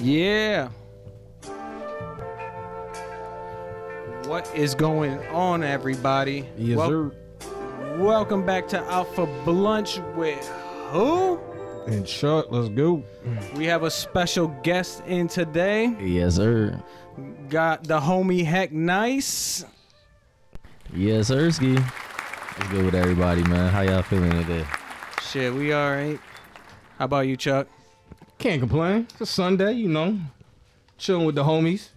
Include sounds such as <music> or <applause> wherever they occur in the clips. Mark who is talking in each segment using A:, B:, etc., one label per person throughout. A: Yeah. What is going on, everybody?
B: Yes,
A: Wel-
B: sir.
A: Welcome back to Alpha Blunch with who?
B: And shut. Let's go.
A: We have a special guest in today.
C: Yes, sir.
A: Got the homie Heck Nice.
C: Yes, Ersky. What's good with everybody, man? How y'all feeling today?
A: Shit, we all right. How about you, Chuck?
B: Can't complain. It's a Sunday, you know. Chilling with the homies.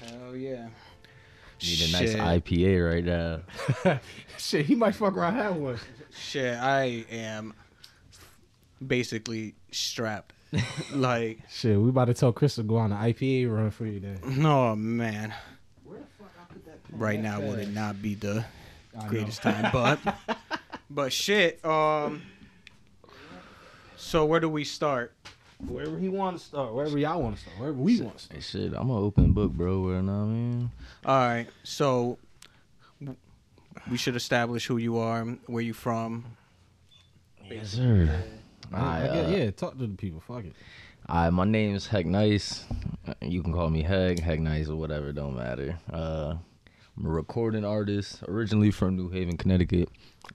A: Hell yeah.
C: Need a nice IPA right now.
B: <laughs> Shit, he might fuck around have one.
A: Shit, I am basically
B: <laughs>
A: strapped. like,
B: Shit, we about to tell Chris to go on the IPA run for you then.
A: no Oh, man. Right now would it not be the greatest time, <laughs> but but shit. Um. So where do we start?
B: Wherever he want to start, wherever y'all want to start, wherever we want to start.
C: Hey, shit, I'm an open book, bro. You know what I mean?
A: All right. So w- we should establish who you are, where you from.
C: Yes, sir.
B: I,
C: I,
B: I get-
C: uh,
B: yeah, talk to the people. Fuck it.
C: I, my name's Heck Nice. Uh, You can call me Heck, Heck Nice, or whatever. Don't matter. Uh, I'm a recording artist, originally from New Haven, Connecticut.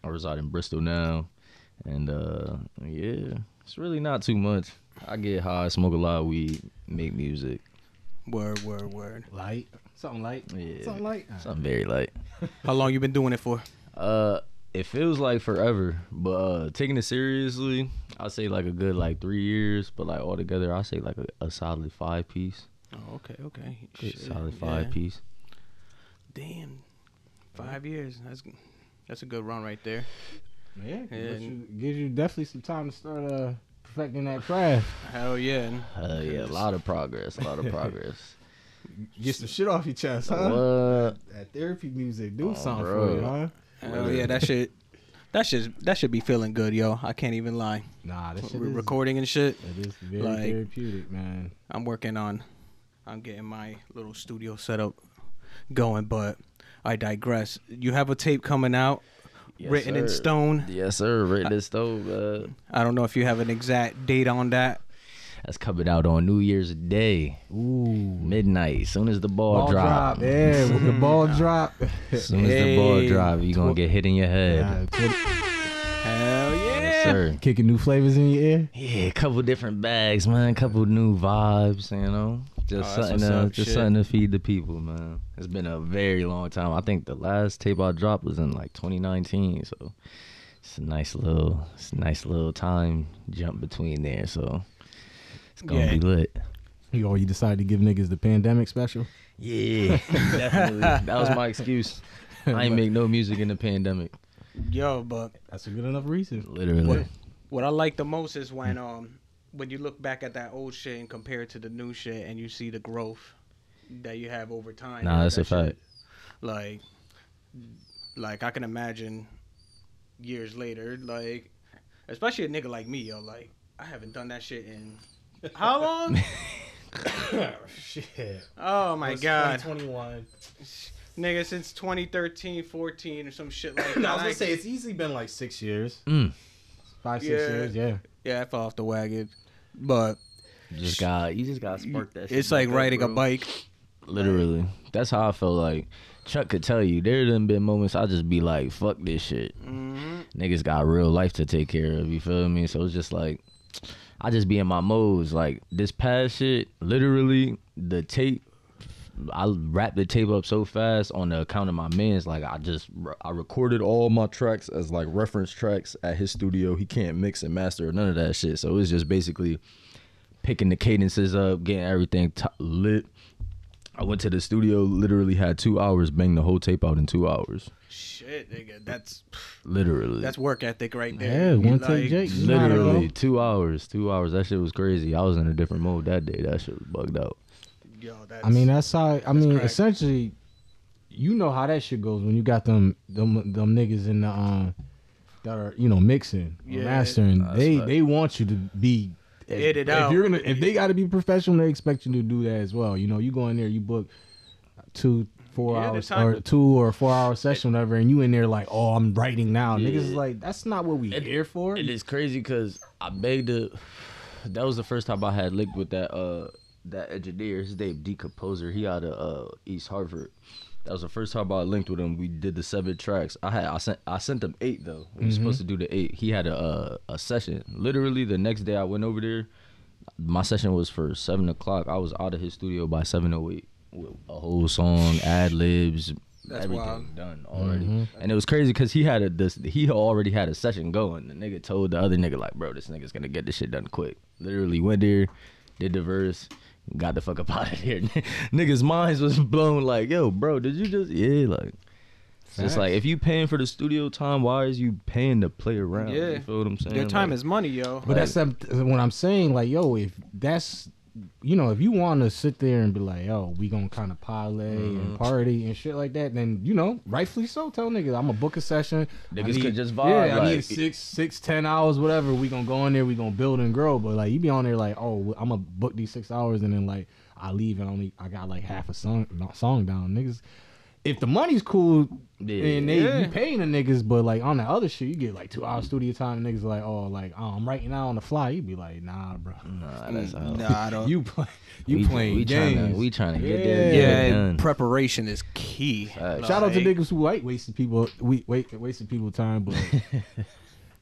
C: I reside in Bristol now, and uh, yeah, it's really not too much. I get high, smoke a lot of weed, make music.
A: Word, word, word.
B: Light, something light,
C: Yeah.
B: something light.
C: Something very light.
A: How long you been doing it for?
C: Uh, it feels like forever, but uh, taking it seriously, I say like a good like three years, but like all together, I say like a, a solid five piece,
A: Oh, okay, okay.
C: good
A: Shit,
C: solid five
A: yeah.
C: piece.
A: Damn, five years. That's that's a good run right there.
B: Yeah, it
A: Yeah.
B: gives you, gives you definitely some time to start uh perfecting that craft.
A: Hell yeah.
C: Uh, yeah, a lot of progress, a lot of progress.
B: Get some shit off your chest, huh?
C: What?
B: That therapy music, do
C: Oh,
B: something for
C: bro.
B: you, huh?
A: Hell yeah. That shit. That shit. That should be feeling good, yo. I can't even lie.
B: Nah, that shit
A: We're
B: is,
A: recording and shit.
B: That is very
A: like-
B: therapeutic, man.
A: I'm working on. I'm getting my little studio set up going, but I digress. You have a tape coming out,
C: Yes,
A: written in
C: sir.
A: stone.
C: uh, Yes, sir. Written this stove. Uh,
A: I don't know if you have an exact date on that.
C: that's coming out on New Year's Day,
B: Ooh,
C: midnight. soon as the ball,
B: ball
C: drop,
B: drop, yeah, with the ball drop.
C: <laughs> soon as the ball
A: Hey,
C: drop, you gonna
B: tw-
C: get hit in your head.
B: Nah, kick-
A: Hell
C: Yes,
A: yeah!
C: sir.
B: kicking new flavors in your ear.
C: Yeah, a couple different bags, man. A couple new vibes, you know.
A: Oh,
C: Just
A: that's
C: something
A: what's
C: to
A: up,
C: just
A: shit.
C: something to feed the people, man. It's been a very long time. I think the last tape I dropped was in like 2019, so it's a nice little, it's a nice little time jump between there. So it's gonna
A: Yeah.
C: be lit.
B: You all you decided to give niggas the pandemic special.
C: Yeah, <laughs> definitely. That was my excuse. I ain't make no music in the pandemic,
A: Yo, but
B: That's a good enough reason.
C: literally.
A: what I like the most is when um when you look back at that old shit and compare it to the new shit, and you see the growth that you have over time.
C: Nah,
A: and
C: that's a
A: that shit.
C: fact.
A: Like, like I can imagine years later, like especially a nigga like me, yo, like I haven't done that shit in
B: <laughs>
A: how long?
B: Shit.
A: oh my god,
B: <laughs> 2021.
A: nigga, since 2013, 14 or some shit like
B: <laughs>
A: that.
B: it's easily been like six years.
C: Mm.
B: Five, six
A: Yeah.
B: years, yeah.
A: yeah, I fell off the wagon, but
C: Just got you just got spark that. shit
A: it's like
C: back up,
A: riding a
C: bro.
A: bike.
C: Literally. That's how I felt like. Chuck could tell you, there done been moments I just be like, fuck this shit.
A: hmm
C: Niggas got real life to take care of, you feel me? So it's just like, I just be in my modes. Like, this past shit, literally, the tape, I wrapped the tape up so fast on the account of my man's. Like, I just, I recorded all my tracks as like reference tracks at his studio. He can't mix and master or none of that shit. So it's just basically picking the cadences up, getting everything t- lit. I went to the studio, literally had two hours, banged the whole tape out in two hours.
A: Shit, nigga, that's
C: Literally.
A: that's work ethic right there.
B: Yeah, one
A: Like,
B: take Jake. you know how to
C: literally
B: go.
C: two hours. Two hours. That shit was crazy. I was in a different mode that day. That shit was bugged out.
A: Yo, that's,
B: I mean, that's how. I mean,
A: correct.
B: essentially, you know how that shit goes when you got them them them niggas in the um that are you know mixing, or
A: Yeah.
B: mastering.
C: Nah, that's
B: they
C: fact.
B: they want you to be.
A: Get it
B: if
A: out.
B: you're gonna if they got to be professional, they expect you to do that as well. You know, you go in there, you book two. Four
A: Yeah, the
B: hours
A: time-
B: or two or four hour session, whatever, and you in there like, oh, I'm writing now. Niggas is
C: Yeah.
B: like, that's not what we here for.
C: It is crazy because I begged the. That was the first time I had licked with that uh that engineer, his name D Composer. He out of uh, East Harvard. That was the first time I linked with him. We did the seven tracks. I had I sent I sent him eight though. We were supposed to
B: Mm-hmm.
C: do the eight. He had a uh, a session. Literally the next day I went over there. My session was for seven o'clock. I was out of his studio by seven o eight with a whole song, ad libs,
A: That's
C: everything
A: wild.
C: done already.
B: Mm-hmm.
C: And it was crazy because he had a this he already had a session going. The nigga told the other nigga like, bro, this nigga's gonna get this shit done quick. Literally went there, did the verse. Got the fuck up <laughs> out of here. Niggas' minds was blown like, yo, bro, did you just yeah, like it's just like if you paying for the studio time, why is you paying to play around?
A: Yeah.
C: You feel what I'm saying?
A: Their time
C: Like,
A: is money, yo.
B: But that's some- what I'm saying. Like, yo, if that's you know, if you want to sit there and be like, yo, we gonna kind of parlay
C: Mm-hmm.
B: and party and shit like that, then you know, rightfully so. Tell niggas, I'm gonna book a session. I
C: Niggas
B: need-
C: could just vibe,
B: Yeah, I need
C: like-
B: six, six, ten hours, whatever. We gonna go in there, we gonna build and grow. But like, you be on there like, oh, I'm gonna book these six hours, and then like, I leave and only I got like half a song song down, niggas. If the money's cool,
C: Yeah.
B: and they
A: Yeah.
B: you paying the niggas, but like on the other shit, you get like two hours studio time. And niggas like, oh, like oh, I'm writing out on the fly. You be like, nah, bro,
C: Nah, that's how.
A: Nah, I don't.
B: you play, you
C: Mm. we,
B: playing
C: we
B: games.
C: Tryna, we trying to get
B: Yeah.
C: there.
A: yeah,
C: get it done.
A: preparation is key.
C: Facts.
B: Shout out to
A: Like-
B: niggas who like wasted people, we wait wasted people
C: <laughs>
B: time, but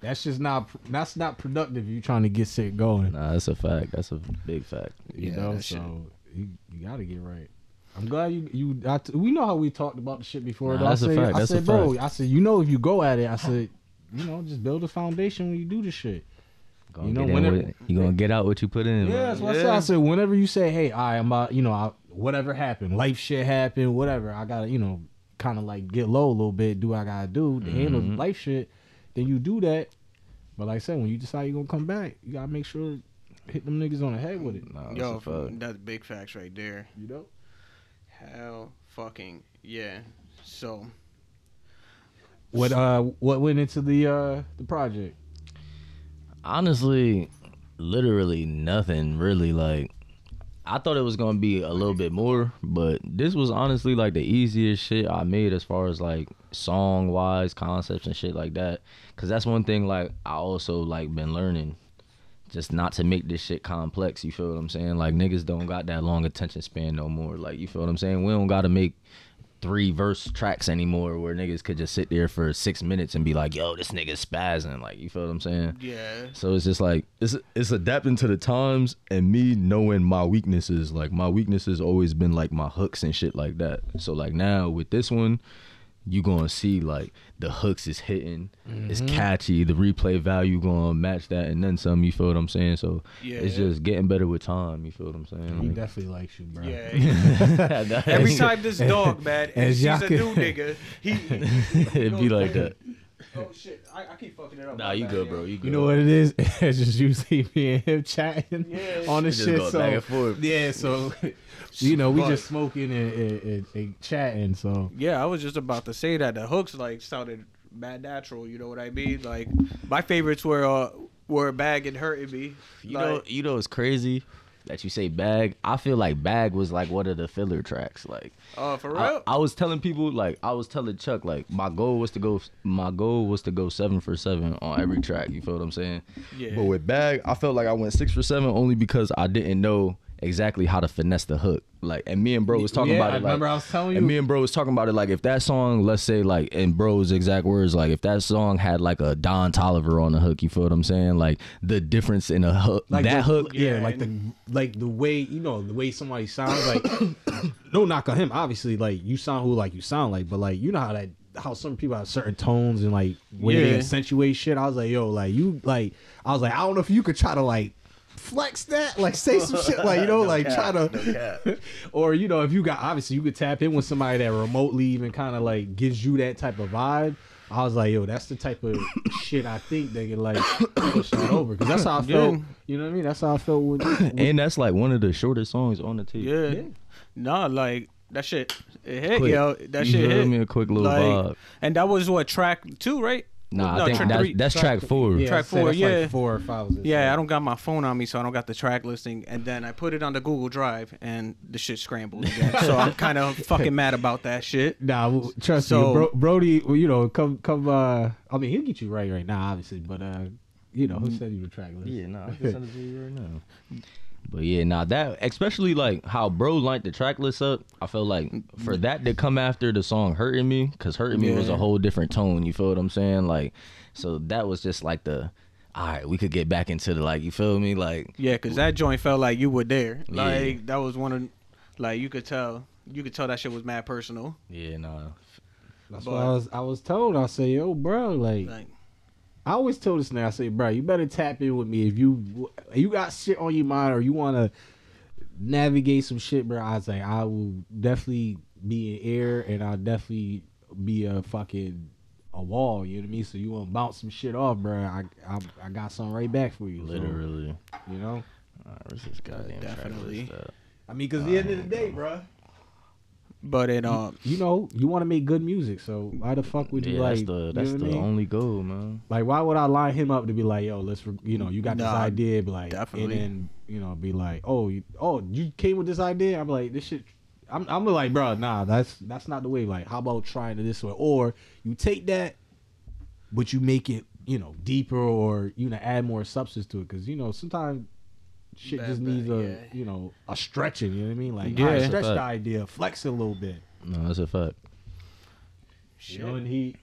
B: that's just not that's not productive. if You trying to get shit going,
C: Nah, that's a fact. That's a big fact.
B: you
A: Yeah,
B: know.
A: that shit-
B: So you, you gotta get right. I'm glad you you. I t- we know how we talked about the shit before.
C: Nah,
B: though.
C: that's a
B: I said,
C: fact,
B: I
C: that's a
B: said, bro. I said, you know, if you go at it, I said, you know, just build a foundation when you do this shit.
C: Gonna
B: You know,
C: get in
B: whenever-
C: with it. you gonna get out what you put in.
B: Yeah,
C: man.
B: that's what I said. I said whenever you say, "Hey, I am about," you know, I, whatever happened, life shit happened, whatever. I gotta, you know, kind of like get low a little bit, do what I gotta do to handle
C: Mm-hmm.
B: life shit. Then you do that. But like I said, when you decide you're gonna come back, you gotta make sure hit them niggas on the head with it.
C: Nah, that's
A: Yo,
C: a fact.
A: that's big facts right there.
B: You know.
A: Hell fucking yeah. So
B: What uh what went into the uh the project?
C: honestly, literally nothing really. Like, I thought it was gonna be a little bit more, but this was honestly like the easiest shit I made as far as like song wise concepts and shit like that. Cause that's one thing like I also like been learning. Just not to make this shit complex, you feel what I'm saying? Like niggas don't got that long attention span no more. Like you feel what I'm saying? We don't gotta make three verse tracks anymore where niggas could just sit there for six minutes and be like, yo, this nigga's spazzing. Like you feel what I'm saying?
A: yeah.
C: So it's just like it's it's adapting to the times and me knowing my weaknesses. Like my weaknesses always been like my hooks and shit like that. So like now with this one, you gonna see like the hooks is hitting, it's catchy, the replay value gonna match that and then some. You feel what I'm saying? So it's
A: Yeah.
C: just getting better with time. You feel what I'm
B: He
C: saying?
B: definitely likes you,
C: <laughs>
B: bro.
A: Yeah.
C: Like,
A: Every
C: <laughs>
A: time this dog mad and
B: As
A: she's
B: y'all
A: a
B: can-
A: new nigga, he
C: <laughs> it'd be like that.
A: Oh shit. I, I keep fucking it up.
C: Nah,
A: My
C: you
A: bad,
C: good,
A: yo.
C: bro. You good.
B: You know what it is? <laughs> It's just you see me and him chatting
A: Yeah.
B: on this
C: just
B: shit.
C: go
B: so
C: back and forth.
B: yeah, so <laughs> you know we
A: Fuck.
B: just smoking and, and, and, and chatting. So
A: Yeah, I was just about to say that the hooks like sounded mad natural, you know what I mean? Like my favorites were uh were bag and hurting me.
C: You
A: Like,
C: know, you know, it's crazy that you say bag. I feel like bag was like one of the filler tracks. Like,
A: uh for
C: I,
A: real?
C: I was telling people, like, I was telling Chuck, like, my goal was to go, my goal was to go seven for seven on every track. You feel what I'm saying?
A: Yeah.
C: But with bag, I felt like I went six for seven only because I didn't know exactly how to finesse the hook. Like, and me and bro was talking
B: Yeah,
C: about it.
B: I
C: Like,
B: remember I was telling
C: And
B: you.
C: me and bro was talking about it. Like, if that song, let's say, like, in bro's exact words, like, if that song had like a Don Tolliver on the hook, you feel what I'm saying? Like, the difference in a hook,
B: like
C: that
B: the,
C: hook,
B: yeah,
A: Yeah,
B: like the like the way you know the way somebody sounds. Like <coughs> no knock on him, obviously. Like you sound who like you sound like, but like you know how that how some people have certain tones and like way they
A: Yeah.
B: accentuate shit. I was like, yo, like you like I was like, I don't know if you could try to like flex that, like say some shit, like
A: <laughs>
B: you know, like try to, <laughs> or you know, if you got obviously you could tap in with somebody that remotely even kind of like gives you that type of vibe. I was like, yo, that's the type of <coughs> shit I think they can like <coughs> push that over because that's how I felt.
A: Yeah.
B: You know what I mean? That's how I felt <coughs> with. with
C: and that's like one of the shortest songs on the tape.
A: Yeah.
B: Yeah.
A: Nah, like that shit it hit,
C: Quick.
A: yo. That
C: You
A: shit
C: heard
A: hit
C: me a quick little vibe.
A: And that was what track two, right?
C: Nah,
A: No,
C: I think
A: track
C: that's,
A: three.
C: that's track four.
B: yeah,
A: Track
B: I'd say
A: four,
B: that's like
A: yeah.
B: four or five. Was it?
A: Yeah, I don't got my phone on me, so I don't got the track listing. And then I put it on the Google Drive, and the shit scrambled
C: <laughs>
A: again. so I'm kind of fucking mad about that shit.
B: Nah, well, trust me,
A: So-
B: Bro- Brody. well, You know, come, come. uh I mean, he'll get you right right now, obviously, but uh you know, who sent you the track list?
C: Yeah, <laughs> nah, I
B: <laughs>
C: can send it to you right now. But yeah, nah, that especially like how bro linked the track list up. I feel like for that to come after the song "Hurting Me," because "Hurting Me" was
A: Yeah.
C: a whole different tone. You feel what I'm saying? Like, so that was just like the, all right, we could get back into the like, you feel me? Like,
A: Yeah, cause that joint felt like you were there.
C: Yeah.
A: Like that was one of, like you could tell, you could tell that shit was mad personal.
C: yeah, nah,
B: That's
A: But-
B: what I was. I was told. I say, yo, bro, like,
A: Like
B: I always tell this now. I say, bro, you better tap in with me if you you got shit on your mind or you want to navigate some shit, bro. I say, I will definitely be in air and I'll definitely be a fucking a wall. You know what I mean? So you want to bounce some shit off, bro? I I, I got something right back for you. so,
C: literally.
B: you know.
C: All right, where's this goddamn
A: Definitely.
C: track list at?
B: I mean, because the end of the day, bro.
A: But it um
B: You know, you want to make good music, so why the fuck would you
C: Yeah,
B: like?
C: that's
B: you
C: the
B: know
C: that's
B: what
C: the
B: I mean?
C: only goal, man.
B: Like, why would I line him up to be like, yo, let's, re- you know, you got this
A: Nah,
B: idea, be like,
A: definitely.
B: and then, you know, be like, oh, you, oh, you came with this idea. I'm like, this shit. I'm, I'm like, bro, nah, that's that's not the way. Like, how about trying it this way? Or you take that, but you make it, you know, deeper, or you know, add more substance to it, because you know, sometimes shit
A: Bad,
B: just
A: bad,
B: needs a,
A: yeah.
B: you know, a stretching. You know what I mean? Like,
A: Yeah.
B: yeah,
A: That's a
B: stretch the
C: fact.
B: idea, flex it a little bit.
C: No, that's a fact.
B: You
A: shit.
B: know, and he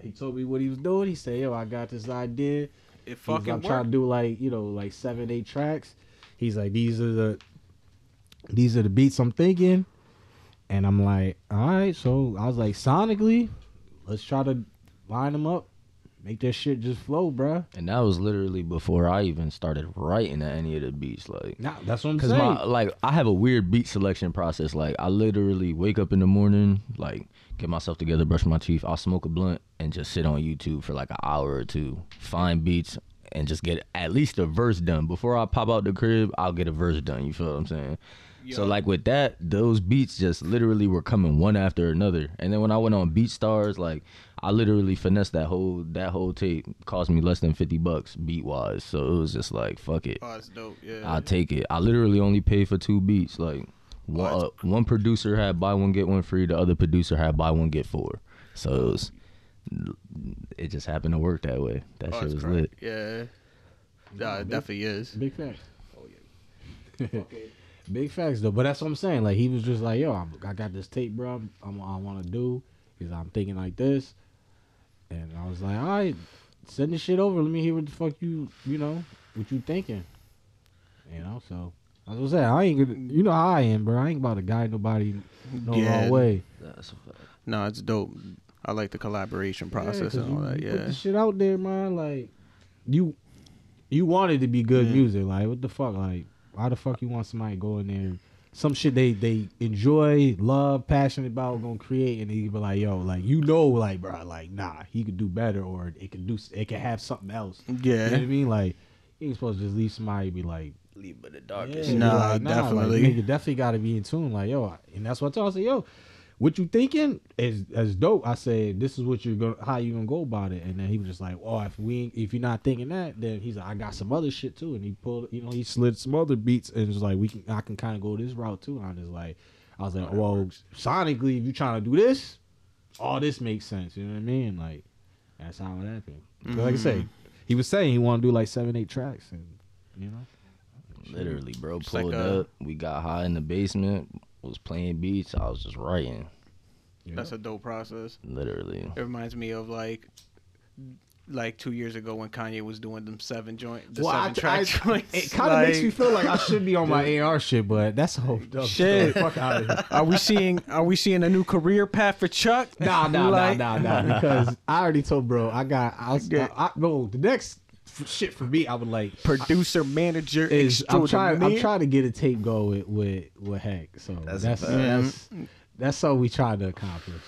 B: he told me what he was doing. He said, yo, I got this idea.
A: it
B: He's like,
A: fucking
B: I'm
A: worked.
B: trying to do like you know like seven eight tracks. He's like these are the these are the beats I'm thinking, and I'm like all right. So I was like sonically, let's try to line them up, make that shit just flow, bruh.
C: And that was literally before I even started writing at any of the beats, like.
B: Nah, that's what I'm
C: Cause
B: saying.
C: my like I have a weird beat selection process. Like I literally wake up in the morning, like get myself together, brush my teeth, I'll smoke a blunt and just sit on YouTube for like an hour or two, find beats and just get at least a verse done. Before I pop out the crib, I'll get a verse done. You feel what I'm saying? So
A: Yeah.
C: like with that, those beats just literally were coming one after another. And then when I went on Beat Stars, like I literally finessed that whole that whole tape. Cost me less than fifty bucks beat wise. So it was just like fuck it.
A: Oh, it's dope. Yeah.
C: I take it. I literally only paid for two beats. Like one, uh, one producer had buy one get one free. The other producer had buy one get four. So it, was, it just happened to work that way. That
A: oh,
C: shit
A: it's
C: was
A: crack.
C: lit.
A: Yeah. Nah,
B: Mm-hmm.
A: it definitely is.
B: Big facts. Oh <laughs> yeah. Big facts though, but that's what I'm saying. Like he was just like, "Yo, I'm, I got this tape, bro. I'm, I'm, I want to do because I'm thinking like this," and I was like, "All right, send this shit over. Let me hear what the fuck you, you know, what you thinking." You know, so I was saying, I ain't gonna, you know how I am, bro. I ain't about to guide nobody no
A: Yeah.
B: wrong way.
C: That's
A: No, it's dope. I like the collaboration process
B: 'cause
A: and all
B: you-
A: that.
B: you Put
A: Yeah.
B: the shit out there, man. Like you, you want it to be good
A: Yeah.
B: music. Like what the fuck? Like why the fuck you want somebody going there? Some shit they they enjoy, love, passionate about, gonna create, and they be like, yo, like you know, like bro, like nah, he could do better, or it could do, it could have something else. You know what I
A: Yeah.
B: mean? Like you ain't supposed to just leave somebody and be like.
C: Leave but the
B: Yeah,
A: Nah,
B: like, like,
A: definitely.
B: nigga, definitely got to be in tune. Like, yo, and that's what I told. her. I said, yo, what you thinking is as dope. I said, this is what you're gonna, how you gonna go about it. And then he was just like, oh, if we, if you're not thinking that, then he's like, I got some other shit too. And he pulled, you know, he slid some other beats and was like, we can, I can kind of go this route too. And I'm just like, I was like, well, sonically, if you trying to do this, all this makes sense. You know what I mean? Like, that's how it happened. 'Cause Like I
A: Mm-hmm.
B: say, he was saying he want to do like seven, eight tracks, and you know.
C: Literally, bro.
A: Just like
C: pulled
A: a-
C: up. We got high in the basement. Was playing beats. I was just writing.
A: That's a dope process.
C: Literally.
A: It reminds me of like like two years ago when Kanye was doing them seven joint the
B: Well, I-
A: seven track
B: I-
A: <laughs> joints.
B: It kind of makes me feel like I should be on my AR shit, but that's a whole dumb
A: Shit.
B: shit. Fuck out of here.
A: Are we seeing are we seeing a new career path for Chuck?
B: <laughs> Nah, nah,
A: Like-
B: nah, nah, nah. Because I already told bro, I got, I, was, I, I no, the next f- shit for me, I would like
A: Producer, manager,
B: is I'm trying, I'm
A: extraordinaire.
B: trying to get a tape go with with, with Heck. So that's
C: That's
B: that's
C: a fact.
B: that's, that's all we trying to accomplish.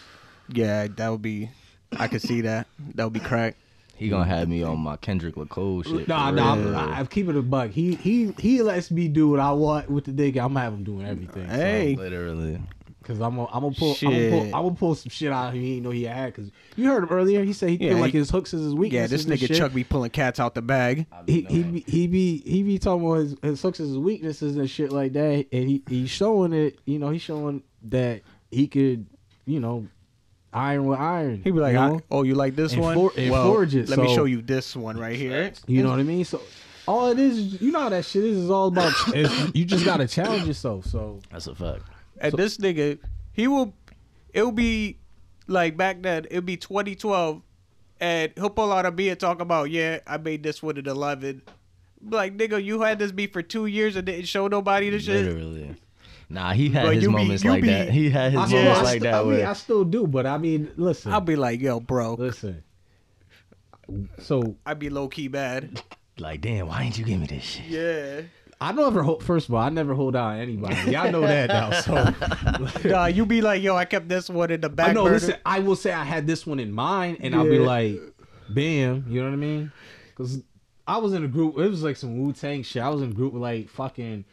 A: Yeah, that would be I could see that. That would be crack.
C: He gonna have me on my Kendrick Lacole shit.
B: Nah,
C: for
B: nah,
C: real.
B: I'm, I'm keeping it a buck. He he he lets me do what I want with the nigga. I'm gonna have him doing everything. so-
A: Hey.
C: Literally.
B: Cause I'm gonna I'm gonna pull I'm gonna pull, I'm
A: Shit.
B: gonna pull some shit out he ain't know he had. Cause you heard him earlier. He said he
A: Yeah,
B: feel like
A: he-
B: his hooks is his
A: Yeah,
B: weakness.
A: this nigga Chuck be pulling cats out the bag.
B: He, he be, he be he be talking about his, his hooks is his weaknesses and shit like that, and he he's showing it. You know, he's showing that he could, you know, iron with iron.
A: He'd be like,
B: you
A: I-
B: know?
A: "Oh, you like this
B: And
A: one?
B: for- and forge it,
A: let me
B: so-
A: show you this one right here."
B: You know what I mean? So all it is, you know how that shit is, is
A: <laughs>
B: all about is you just gotta challenge yourself. So
C: That's a fact.
A: And this nigga, he will, it'll be like back then, it'll be 2012, and he'll pull out a beer talking about, yeah, I made this one at 11. Like, nigga, you had this beat for two years and didn't show nobody this shit.
C: Literally. Nah, he had
A: But
C: his
A: you be-
C: moments
A: you
C: like
A: be-
C: that. He had
B: I,
C: his
B: still,
A: Yeah.
B: I,
C: moments
B: st-
C: like
B: I
C: that.
B: mean,
C: Where,
B: I still do, but I mean, listen,
A: I'll be like, yo, bro,
B: listen. So
A: I'd be low key bad.
C: like, damn, why didn't you give me this shit?
A: <laughs> Yeah.
B: I don't ever hold. First of all, I never hold out
A: <laughs>
B: on anybody. Y'all know that now. So
A: Nah, you be like, yo, I kept this one in the back.
B: I know.
A: burner.
B: Listen, I will say I had this one in mind, and I'll be
A: Yeah.
B: like, "Bam," you know what I mean? Because I was in a group. It was like some Wu Tang shit. I was in a group with like fucking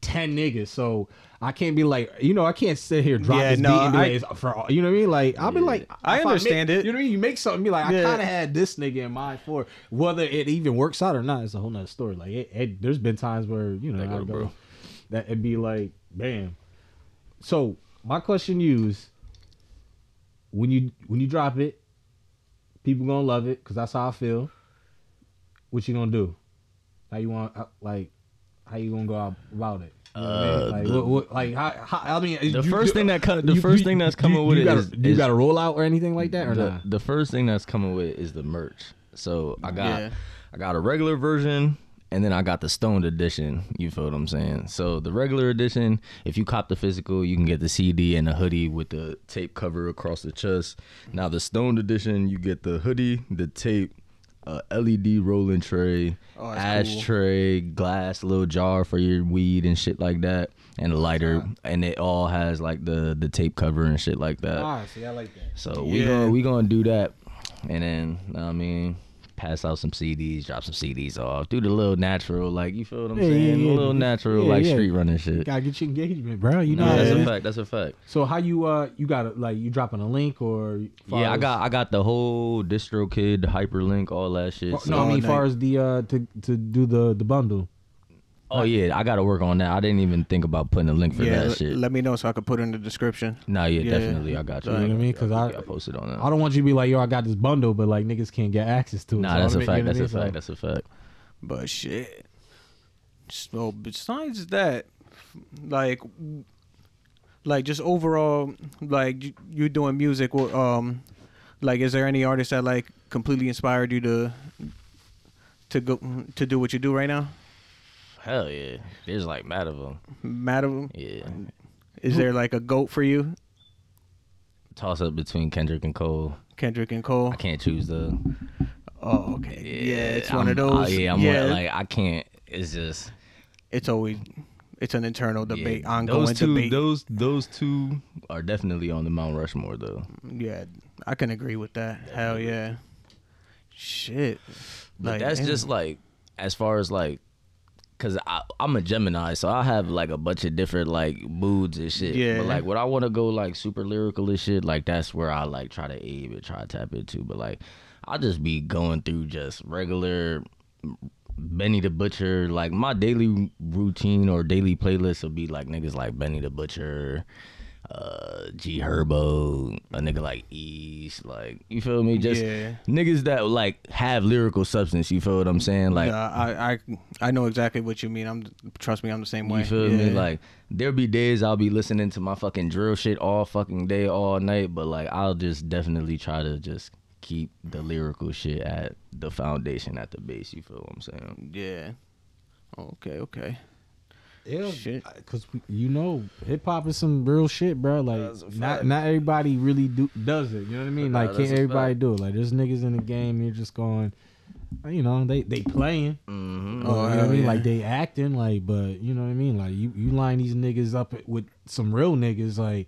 B: ten niggas, so I can't be like, you know, I can't sit here drop
A: Yeah,
B: this
A: no,
B: beat and be
A: I-
B: like, it's for all- you know what I mean? Like, I'll be
C: Yeah.
B: like, if
A: I
B: make-
A: understand it.
B: You know what I mean? You make something, be like, I
A: Yeah.
B: kind of had this nigga in mind for whether it even works out or not. It's a whole nother story. Like, it, it, there's been times where you know,
C: That
B: I
C: go,
B: go-
C: bro.
B: that it'd be like, bam. So my question to you is when you when you drop it, people gonna love it because that's how I feel. What you gonna do? How you want uh, like? How you gonna go out about it? You know what I mean?
C: Uh,
B: like,
C: the-
B: what, what, like how, how? I mean,
C: The
B: you-
C: first
B: you-
C: thing that co- the first thing that's coming
B: you,
C: with
B: you
C: it
B: gotta,
C: is-
B: you
C: is-
B: got a rollout or anything like that or
C: the,
B: not?
C: the first thing that's coming with is the merch. So I got
A: Yeah.
C: I got a regular version and then I got the stoned edition. You feel what I'm saying? So the regular edition, if you cop the physical, you can get the CD and the hoodie with the tape cover across the chest. Now the stoned edition, you get the hoodie, the tape, uh, a LED rolling tray,
A: Oh, that's cool.
C: ashtray, glass little jar for your weed and shit like that, and a lighter. And it all has like the the tape cover and shit like that.
B: Ah, see, I like that.
C: So we
A: Yeah.
C: gonna we gonna do that, and then know what I mean, pass out some CDs, drop some CDs off, do the little natural, like you feel what I'm
B: Yeah, yeah,
C: saying,
B: yeah.
C: a little natural
B: Yeah,
C: like
B: yeah.
C: street running shit.
B: Gotta get your engagement, bro. You know.
C: Nah,
B: what I'm
C: that's a
B: saying?
C: fact. That's a fact.
B: So how you uh you got like you dropping a link or
C: Yeah, I got I got the whole distro kid, the hyperlink, all that shit. so-
B: Oh, no, I mean,
A: no.
B: far as the uh to to do the the bundle.
C: oh yeah, I got to work on that. I didn't even think about putting a link for
A: yeah,
C: that
A: let-
C: shit.
A: let me know so I can put it in the description.
C: nah, yeah,
A: yeah,
C: definitely, I got you.
B: You know what I mean? Because I
C: I posted on that.
B: I don't want you to be like, yo, I got this bundle, but like niggas can't get access to it.
C: nah,
B: So
C: that's a
B: automatic-
C: fact.
B: you know
C: That's a
B: what I mean?
C: fact. That's a fact.
A: But shit. So besides that, like, like just overall, like you, you doing music. wh- Um, like, is there any artist that like completely inspired you to to go to do what you do right now?
C: Hell yeah, there's like mad of them.
A: Madam,
C: Yeah,
A: is there like a goat for you?
C: toss up between Kendrick and Cole.
A: Kendrick and Cole.
C: I can't choose the.
A: Oh, okay. Yeah, it's one of
C: I'm- I-
A: those.
C: yeah,
A: yeah,
C: I'm one- like I can't. It's just
A: it's always it's an internal
C: yeah,
A: debate, ongoing
C: Those two,
A: debate.
C: those those two are definitely on the Mount Rushmore though.
A: Yeah, I can agree with that. Hell yeah. Shit. eh,
C: But that's
A: and-
C: just like as far as like, cause I, I'm a Gemini, so I have like a bunch of different like moods and shit.
A: Yeah.
C: But like, what I want to go like super lyrical and shit, like that's where I like try to aim and try to tap into. But like, I'll just be going through just regular Benny the Butcher. Like my daily routine or daily playlist will be like niggas like Benny the Butcher, uh, G Herbo, a nigga like East. Like you feel me? Just
A: Yeah.
C: niggas that like have lyrical substance. You feel what I'm saying? Like
A: Nah, I, I I know exactly what you mean. I'm trust me, I'm the same way.
C: You feel
A: yeah.
C: me? Like there'll be days I'll be listening to my fucking drill shit all fucking day, all night, but like I'll just definitely try to just keep the lyrical shit at the foundation, at the base. You feel what I'm saying?
A: yeah. Okay, okay.
B: Yeah,
A: Shit.
B: because you know, hip hop is some real shit, bro. Like,
C: That's a
B: not
C: fact.
B: not everybody really do does it. You know what I mean?
C: Nah,
B: Like,
C: that's
B: can't
C: a
B: everybody
C: fact.
B: do it? Like, there's niggas in the game. You're just going, you know, they they playing.
C: Mm-hmm.
A: Oh,
B: Oh, you know what
A: hell
B: I mean?
A: yeah.
B: Like they acting like, but you know what I mean? Like you, you line these niggas up with some real niggas, like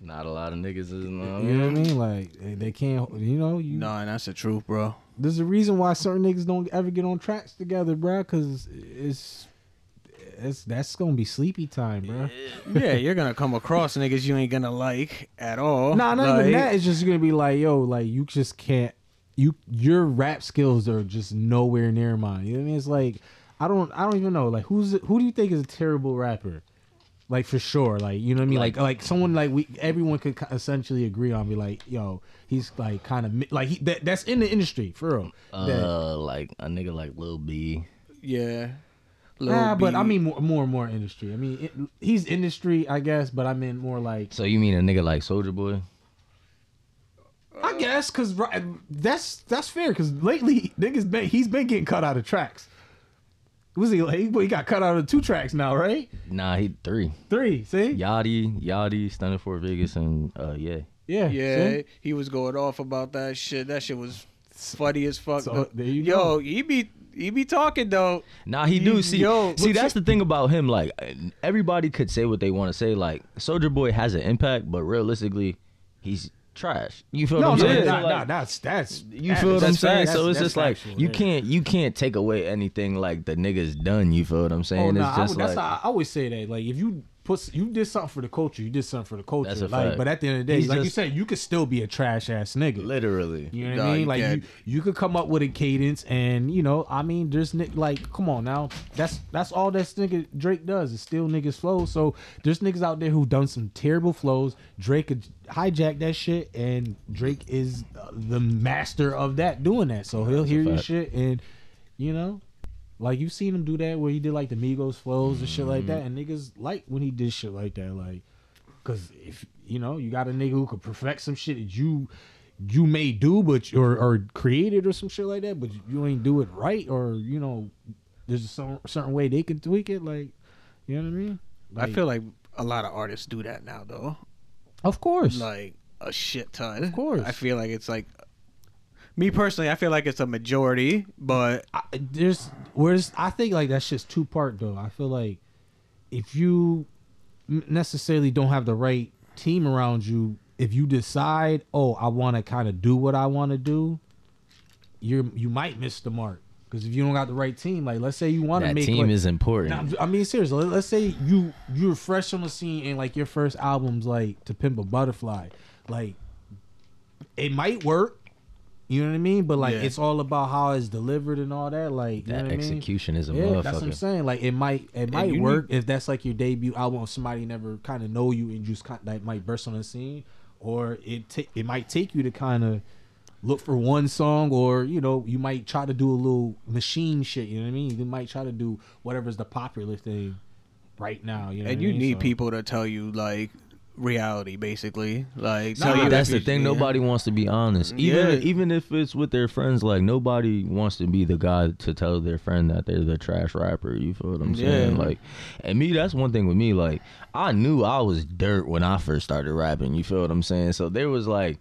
C: Not a lot of niggas is know
B: you know what I mean? Like they, they can't, you know. You,
A: Nah, that's the truth, bro.
B: <laughs> There's a reason why certain niggas don't ever get on tracks together, bro, because it's it's that's gonna be sleepy time, bro.
A: yeah, you're gonna come across niggas you ain't gonna like at all.
B: Nah, not even
A: Like,
B: that. It's just gonna be like, yo, like you just can't. You your rap skills are just nowhere near mine. You know what I mean? It's like I don't I don't even know. Like who's who do you think is a terrible rapper? Like for sure, like you know what I mean. Like like someone like we everyone could ki- essentially agree on. Be like, yo, he's like kind of like he, that, that's in the industry for real. That-
C: Uh, like a nigga like Lil B.
A: Yeah. Lil
B: Nah, Ah, but I
A: B.
B: mean more, more and more industry. I mean, it, he's industry, I guess, but I mean more like
C: So you mean a nigga like Soldier Boy?
B: I guess because that's that's fair because lately niggas been he's been getting cut out of tracks. Was he like he got cut out of two tracks now, right?
C: Nah, he three.
B: Three, see?
C: Yachty, Yachty, Stunning for Vegas, and uh, yeah.
B: yeah,
A: yeah,
B: see?
A: he was going off about that shit. That shit was funny as fuck.
B: So,
A: though.
B: there you
A: Yo,
B: go.
A: he be he be talking though.
C: Nah, he
B: Mm,
A: You-
C: do see.
A: yo,
C: see,
A: look,
C: that's the thing about him. Like everybody could say what they want to say. Like Soldier Boy has an impact, but realistically, he's trash. You feel
B: No,
C: what
B: no,
C: I'm saying?
B: no,
C: So,
B: nah,
C: like,
B: nah, that's that's
C: You feel what I'm
B: that's
C: saying?
B: fact.
C: so it's just
B: That's- that's
C: like
B: factual,
C: you
B: yeah.
C: can't you can't take away anything like the nigga's done. You feel what I'm saying?
B: Oh
C: it's
B: no, I,
C: just
B: would- that's
C: like
B: how I always say that. Like if you put you did something for the culture, you did something for the culture.
C: That's a
B: like,
C: fact.
B: but at the end of the day,
C: He's
B: like you
C: just-
B: said, you could still be a trash ass nigga.
C: literally.
B: You know what
A: Nah,
B: I mean?
A: you
B: Like you,
A: can't.
B: you could come up with a cadence, and you know, I mean, there's ni- like, come on now, that's that's all that nigga Drake does is steal niggas' flows. So there's niggas out there who done some terrible flows. Drake could hijack that shit, and Drake is uh, the master of that doing that. So he'll hear your
C: fact.
B: shit, and you know, like you've seen him do that where he did like the Migos flows and shit like
A: Mm-hmm.
B: that, and niggas like when he did shit like that, like. Cause if you know you got a nigga who could perfect some shit that you you may do, but or or created or some shit like that, but you ain't do it right, or you know, there's a some, certain way they can tweak it. Like, you know what I mean?
A: I feel like a lot of artists do that now though.
B: of course.
A: Like a shit ton. Of
B: course.
A: I feel like it's like me personally, I feel like it's a majority, but
B: I, there's where's I think like that's just two part though. I feel like if you n- necessarily don't have the right team around you, if you decide, oh, I want to kind of do what I want to do, you're you might miss the mark because if you don't got the right team, like let's say you want to
C: That
B: make
C: team
B: like-
C: is important.
B: Nah, I mean, seriously. let- Let's say you you're fresh on the scene and like your first album's like "To Pimp a Butterfly," like it might work. You know what I mean? But like,
A: Yeah.
B: it's all about how it's delivered and all that. Like you know
C: that
B: what I mean?
C: execution is a
B: Yeah,
C: motherfucker.
B: that's what I'm saying. Like it might it might
A: you
B: work if that's like your debut album. If somebody never kind of know you and you just kind that might burst on the scene, or it ta- it might take you to kind of look for one song, or you know you might try to do a little machine shit. You know what I mean? You might try to do whatever's the popular thing right now. You know,
A: and
B: what I
A: you
B: mean?
A: need
B: So-
A: people to tell you like reality basically. Like
B: Nah,
A: tell you
C: that's
A: if
C: the
A: you-
C: thing.
A: yeah.
C: Nobody wants to be honest. Even
A: Yeah.
C: even if it's with their friends, like nobody wants to be the guy to tell their friend that they're the trash rapper. You feel what I'm saying?
A: Yeah.
C: Like, and me, that's one thing with me. Like, I knew I was dirt when I first started rapping. You feel what I'm saying? So there was like.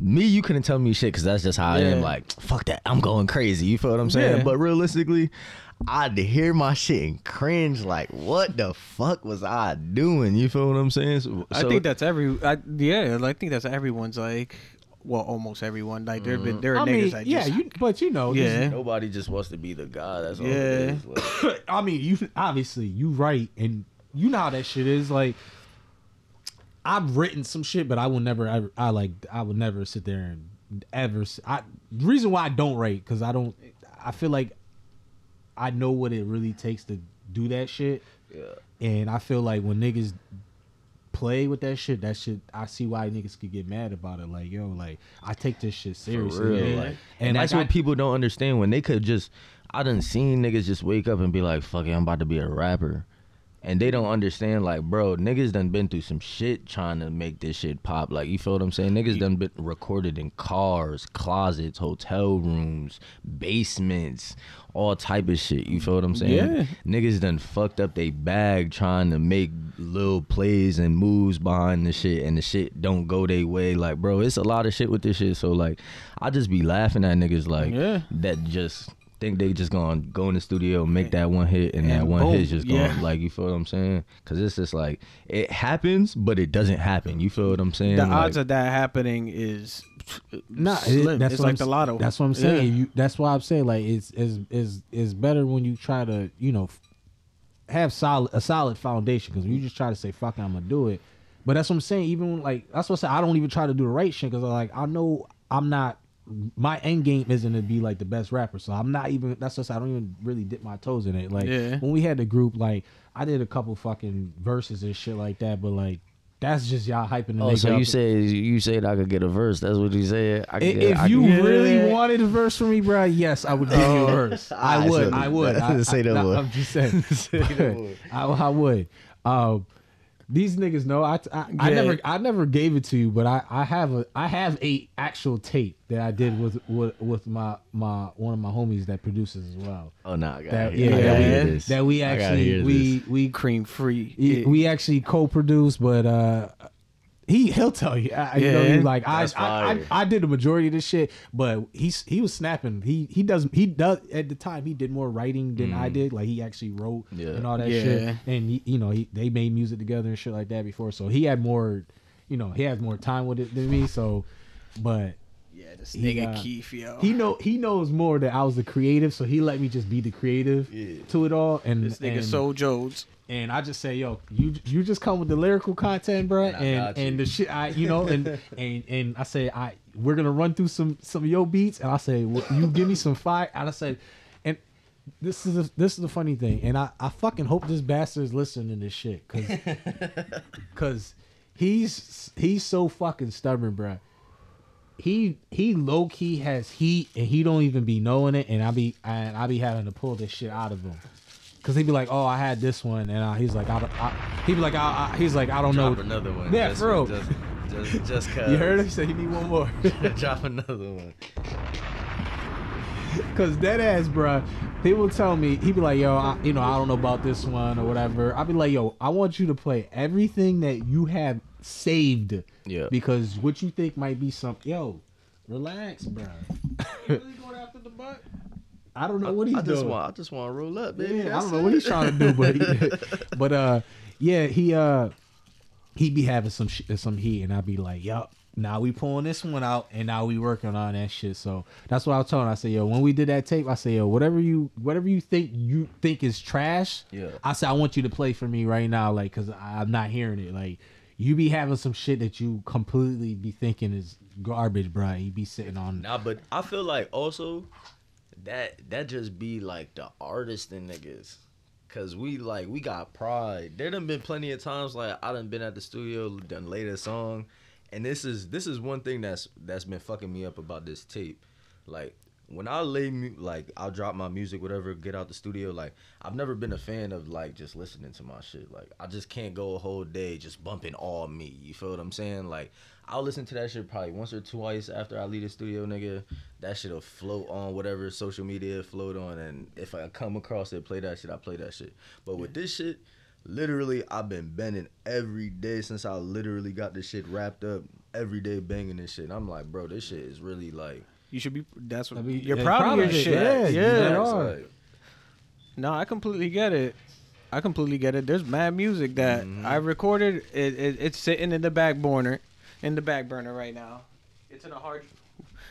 C: Me, you couldn't tell me shit because that's just how I am.
A: Yeah.
C: Like, fuck that, I'm going crazy. You feel what I'm saying?
A: Yeah.
C: But realistically, I'd hear my shit and cringe. Like, what the fuck was I doing? You feel what I'm saying? So,
A: I
C: so-
A: think that's every. I, yeah, I think that's everyone's like. Well, almost everyone. Like there've been there are
B: I
A: niggas
B: mean,
A: that
B: yeah,
A: just
B: you, but you know, there's-
A: Yeah.
C: Nobody just wants to be the guy. That's all.
A: Yeah.
C: It is. Like,
B: I mean, you obviously you right, and you know how that shit is. Like, I've written some shit, but I will never ever. I like. I would never sit there and ever. s- I the reason why I don't write because I don't. I feel like I know what it really takes to do that shit,
C: yeah.
B: and I feel like when niggas play with that shit, that shit. I see why niggas could get mad about it. Like, yo, like I take this shit seriously,
C: For real,
B: man.
C: like, and,
B: and,
C: that's
B: like,
C: what
B: I-
C: people don't understand when they could just. I done seen niggas just wake up and be like, "Fuck it, I'm about to be a rapper," and they don't understand like, bro, niggas done been through some shit trying to make this shit pop. Like, you feel what I'm saying? Niggas done been recorded in cars, closets, hotel rooms, basements, all type of shit. You feel what I'm saying?
A: Yeah.
C: Niggas done fucked up they bag trying to make little plays and moves behind the shit, and the shit don't go their way. Like, bro, it's a lot of shit with this shit. So like, I just be laughing at niggas like
A: Yeah.
C: that just think they just gonna go in the studio, make that one hit, and, that
A: And
C: one
A: boom,
C: hit's just gonna
A: yeah.
C: like you feel what I'm saying? Cause it's just like it happens, but it doesn't happen. You feel what I'm saying?
A: the
C: Like,
A: odds of that happening is
B: Nah, it-
A: slim.
B: that's
A: it's
B: what
A: like
B: I'm,
A: the
B: s-
A: lotto.
B: That's what I'm saying. You, that's why I'm saying like it's is is is better when you try to you know f- have solid a solid foundation because when you just try to say fuck it, I'm gonna do it. But that's what I'm saying. Even when, like that's what I said. I don't even try to do the right shit because I like I know I'm not my end game isn't to be like the best rapper. So I'm not even. That's just I don't even really dip my toes in it. Like
A: Yeah.
B: when we had the group, like I did a couple fucking verses and shit like that. But like that's just y'all hyping the
C: Oh,
B: nigga
C: so you
B: up.
C: said you said I could get a verse. That's what you said. I
B: I-
C: could,
B: if
C: I Oh,
B: you
C: could,
B: really
D: Yeah.
B: wanted a verse from me, bro, yes, I would give you
C: <laughs>
B: a verse. I
D: Alright,
B: would.
D: so
B: I would. I,
D: say no
B: I,
D: more.
B: am just saying. I, I would. Um, these niggas know. I, I, I
A: Yeah.
B: never I never gave it to you, but I, I have a I have a actual tape that I did with with, with my my one of my homies that produces as well.
C: oh no, I gotta
B: That
C: hear,
B: yeah,
C: I gotta
A: yeah.
C: hear this.
B: That we
C: I gotta
B: actually
C: hear
B: we
C: this.
B: we
A: cream free.
B: he-
A: Yeah.
B: we actually co-produced, but uh, he he'll tell you. I, you know,
A: Yeah,
B: he like I
C: that's
B: I, I
C: fire.
B: I did the majority of this shit, but he's he was snapping. He he does he does at the time he did more writing than I did. Like he actually wrote
C: Mm. Yeah.
B: and all that
A: Yeah.
B: shit. And he, you know he, they made music together and shit like that before, so he had more, you know, he has more time with it than me. So, but.
A: yeah, this
B: he,
A: nigga
B: uh,
A: Keith, yo.
B: He know he knows more that I was the creative, so he let me just be the creative to it all. And
A: this nigga
B: and,
A: Soul Jones.
B: and I just say, yo, you you just come with the lyrical content, bruh,
C: I
B: and
C: got you.
B: and the shit, I you know,
C: <laughs>
B: and and and I say, I we're gonna run through some some of your beats, and I say, well, you give me some fire, and I say, and this is the this is the funny thing, and I I fucking hope this bastard's listening to this shit, cause cause he's he's so fucking stubborn, bruh. He he low key has heat and he don't even be knowing it and I be and I be having to pull this shit out of him. Cause he'd be like, "Oh, I had this one," and uh, he's like, "I don't." I, he'd be like, I, I, "He's like, I don't know."
C: another one.
B: Yeah, Just- bro. just-
C: just just cause.
B: <laughs> You heard him say he need one more. <laughs>
C: <laughs> Drop another one.
B: <laughs> Cause dead ass, bruh, he will tell me. He'd be like, "Yo, I, you know, I don't know about this one or whatever." I'd be like, "Yo, I want you to play everything that you have saved."
C: Yeah.
B: Because what you think might be some, yo, relax, bruh. I don't know what he's
C: I just
B: doing.
C: want I just want to roll up, baby.
B: Yeah, I
C: That's
B: don't know what he's
C: it.
B: trying to do, but he- <laughs> but uh, yeah, he uh, he be having some sh- some heat, and I be like, yup. Now we pulling this one out, and now we working on that shit. So that's what I was telling. him. I said, yo, when we did that tape, I said, yo, whatever you whatever you think you think is trash,
C: Yeah.
B: I said, I want you to play for me right now, like, cause I- I'm not hearing it. Like, you be having some shit that you completely be thinking is garbage, bro. You be sitting on.
C: Nah, but I feel like also that that just be like the artist and niggas. Cause we like we got pride. There done been plenty of times like I done been at the studio, done laid a song, and this is this is one thing that's that's been fucking me up about this tape. Like when I lay mu- like I'll drop my music, whatever, get out the studio. Like I've never been a fan of like just listening to my shit. Like I just can't go a whole day just bumping all me. You feel what I'm saying? Like I'll listen to that shit probably once or twice after I leave the studio, nigga. That shit'll float on whatever social media float on, and if I come across it, play that shit. I play that shit. But with this shit, literally, I've been bending every day since I literally got this shit wrapped up. Every day banging this shit. And I'm like, bro, this shit is really like.
A: You should be. That's what
B: I mean,
A: you're
B: yeah,
A: proud,
B: proud
A: of your
B: of it.
A: shit.
B: Yeah,
A: yeah.
B: you are.
C: Like,
A: No, I completely get it. I completely get it. There's mad music that
B: Mm-hmm.
A: I recorded. It, it it's sitting in the back burner, in the back burner right now. It's in a hard.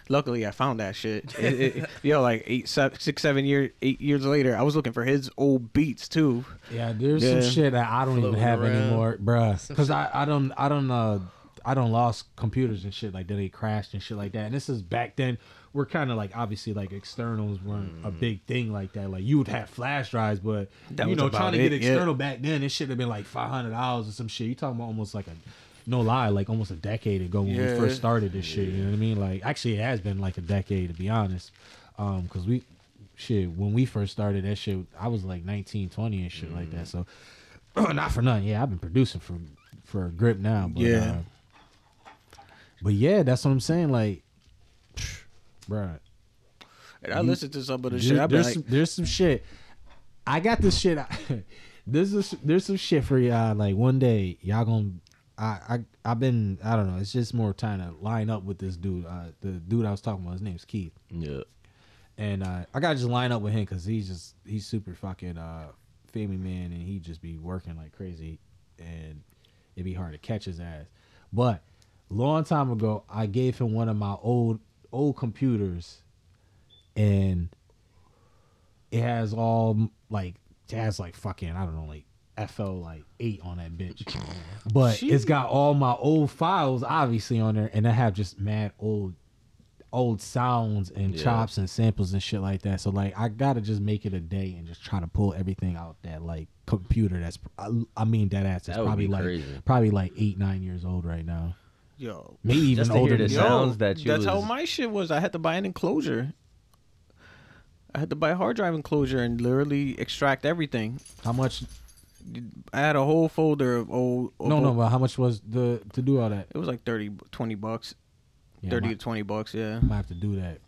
A: Luckily, I found that shit. It,
B: <laughs>
A: it, yo, like eight, seven, six, seven years, eight years later, I was looking for his old beats too.
B: Yeah, there's
A: Yeah.
B: some shit that I don't even
C: Floating
B: have
C: around.
B: anymore, bruh. Cause I, I don't I don't uh I don't lost computers and shit like that. They crashed and shit like that. And this is back then. We're kind of like obviously like externals weren't
C: Mm.
B: a big thing like that. Like you would have flash drives, but
A: That
B: you
A: was
B: know
A: about
B: trying to
A: it,
B: get
A: yeah.
B: external back then, it should have been like five hundred dollars or some shit. You talking about almost like a no lie, like almost a decade ago when we
A: Yeah.
B: first started this shit. You know what I mean? Like actually, it has been like a decade to be honest, um, because we shit when we first started that shit, I was like 19, 20 and shit like that. So <clears throat> not for nothing. Yeah, I've been producing for for a grip now. But,
A: Yeah.
B: uh, but yeah, that's what I'm saying. Like, <sniffs> bruh,
A: And I listened to some of the
B: there-
A: shit. I've been
B: Mm-hmm. there's
A: like,
B: some, there's some shit. I <laughs> got this shit. there's this, there's some shit for y'all. Like one day y'all gonna. I I I've been I don't know. It's just more time to line up with this dude. Uh, the dude I was talking about. His name's Keith.
C: yeah.
B: and uh, I gotta just line up with him because he's just he's super fucking uh, family man, and he just be working like crazy, and it'd be hard to catch his ass. But long time ago, I gave him one of my old old computers, and it has all mm, like it has like fucking I don't know like. FL like eight on that bitch, but it's got all my old files obviously on there, and I have just mad old old sounds and
C: Yeah.
B: chops and samples and shit like that. So like I gotta just make it a day and just try to pull everything out that like computer that's I, I mean that ass is
C: That would
B: probably
C: be
B: like
C: crazy.
B: probably like eight nine years old right now.
A: Yo.
B: Maybe even
C: Just to hear
B: older.
C: the
B: than
C: It
A: Yo,
B: that.
C: sounds that you
A: that's how
C: was-
A: my shit was. I had to buy an enclosure. I had to buy a hard drive enclosure and literally extract everything.
B: How much?
A: I had a whole folder of old. Of
B: No,
A: old-
B: no, but how much was the to do all that?
A: It was like 30, 20 bucks.
B: Yeah,
A: 30
B: my-
A: to 20 bucks, yeah.
B: might have to do that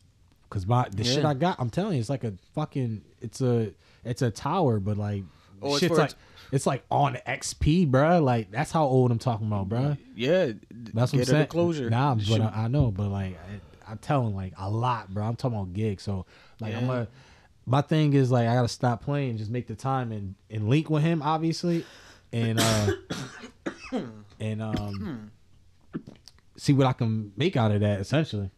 B: because my the shit
A: Yeah.
B: I got, I'm telling you, it's like a fucking it's a it's a tower, but like
A: Oh, it's
B: shit's
A: for-
B: like it's like on XP, bruh. Like that's how old I'm talking about, bruh.
A: Yeah.
B: That's
A: get
B: what I'm saying.
A: A closure.
B: Nah, but I, I know, but like I, I'm telling like a lot, bro. I'm talking about gigs, so like I'm
A: Yeah.
B: a. My thing is like I gotta stop playing, just make the time and and link with him, obviously, and uh <coughs> and um see what I can make out of that. Essentially,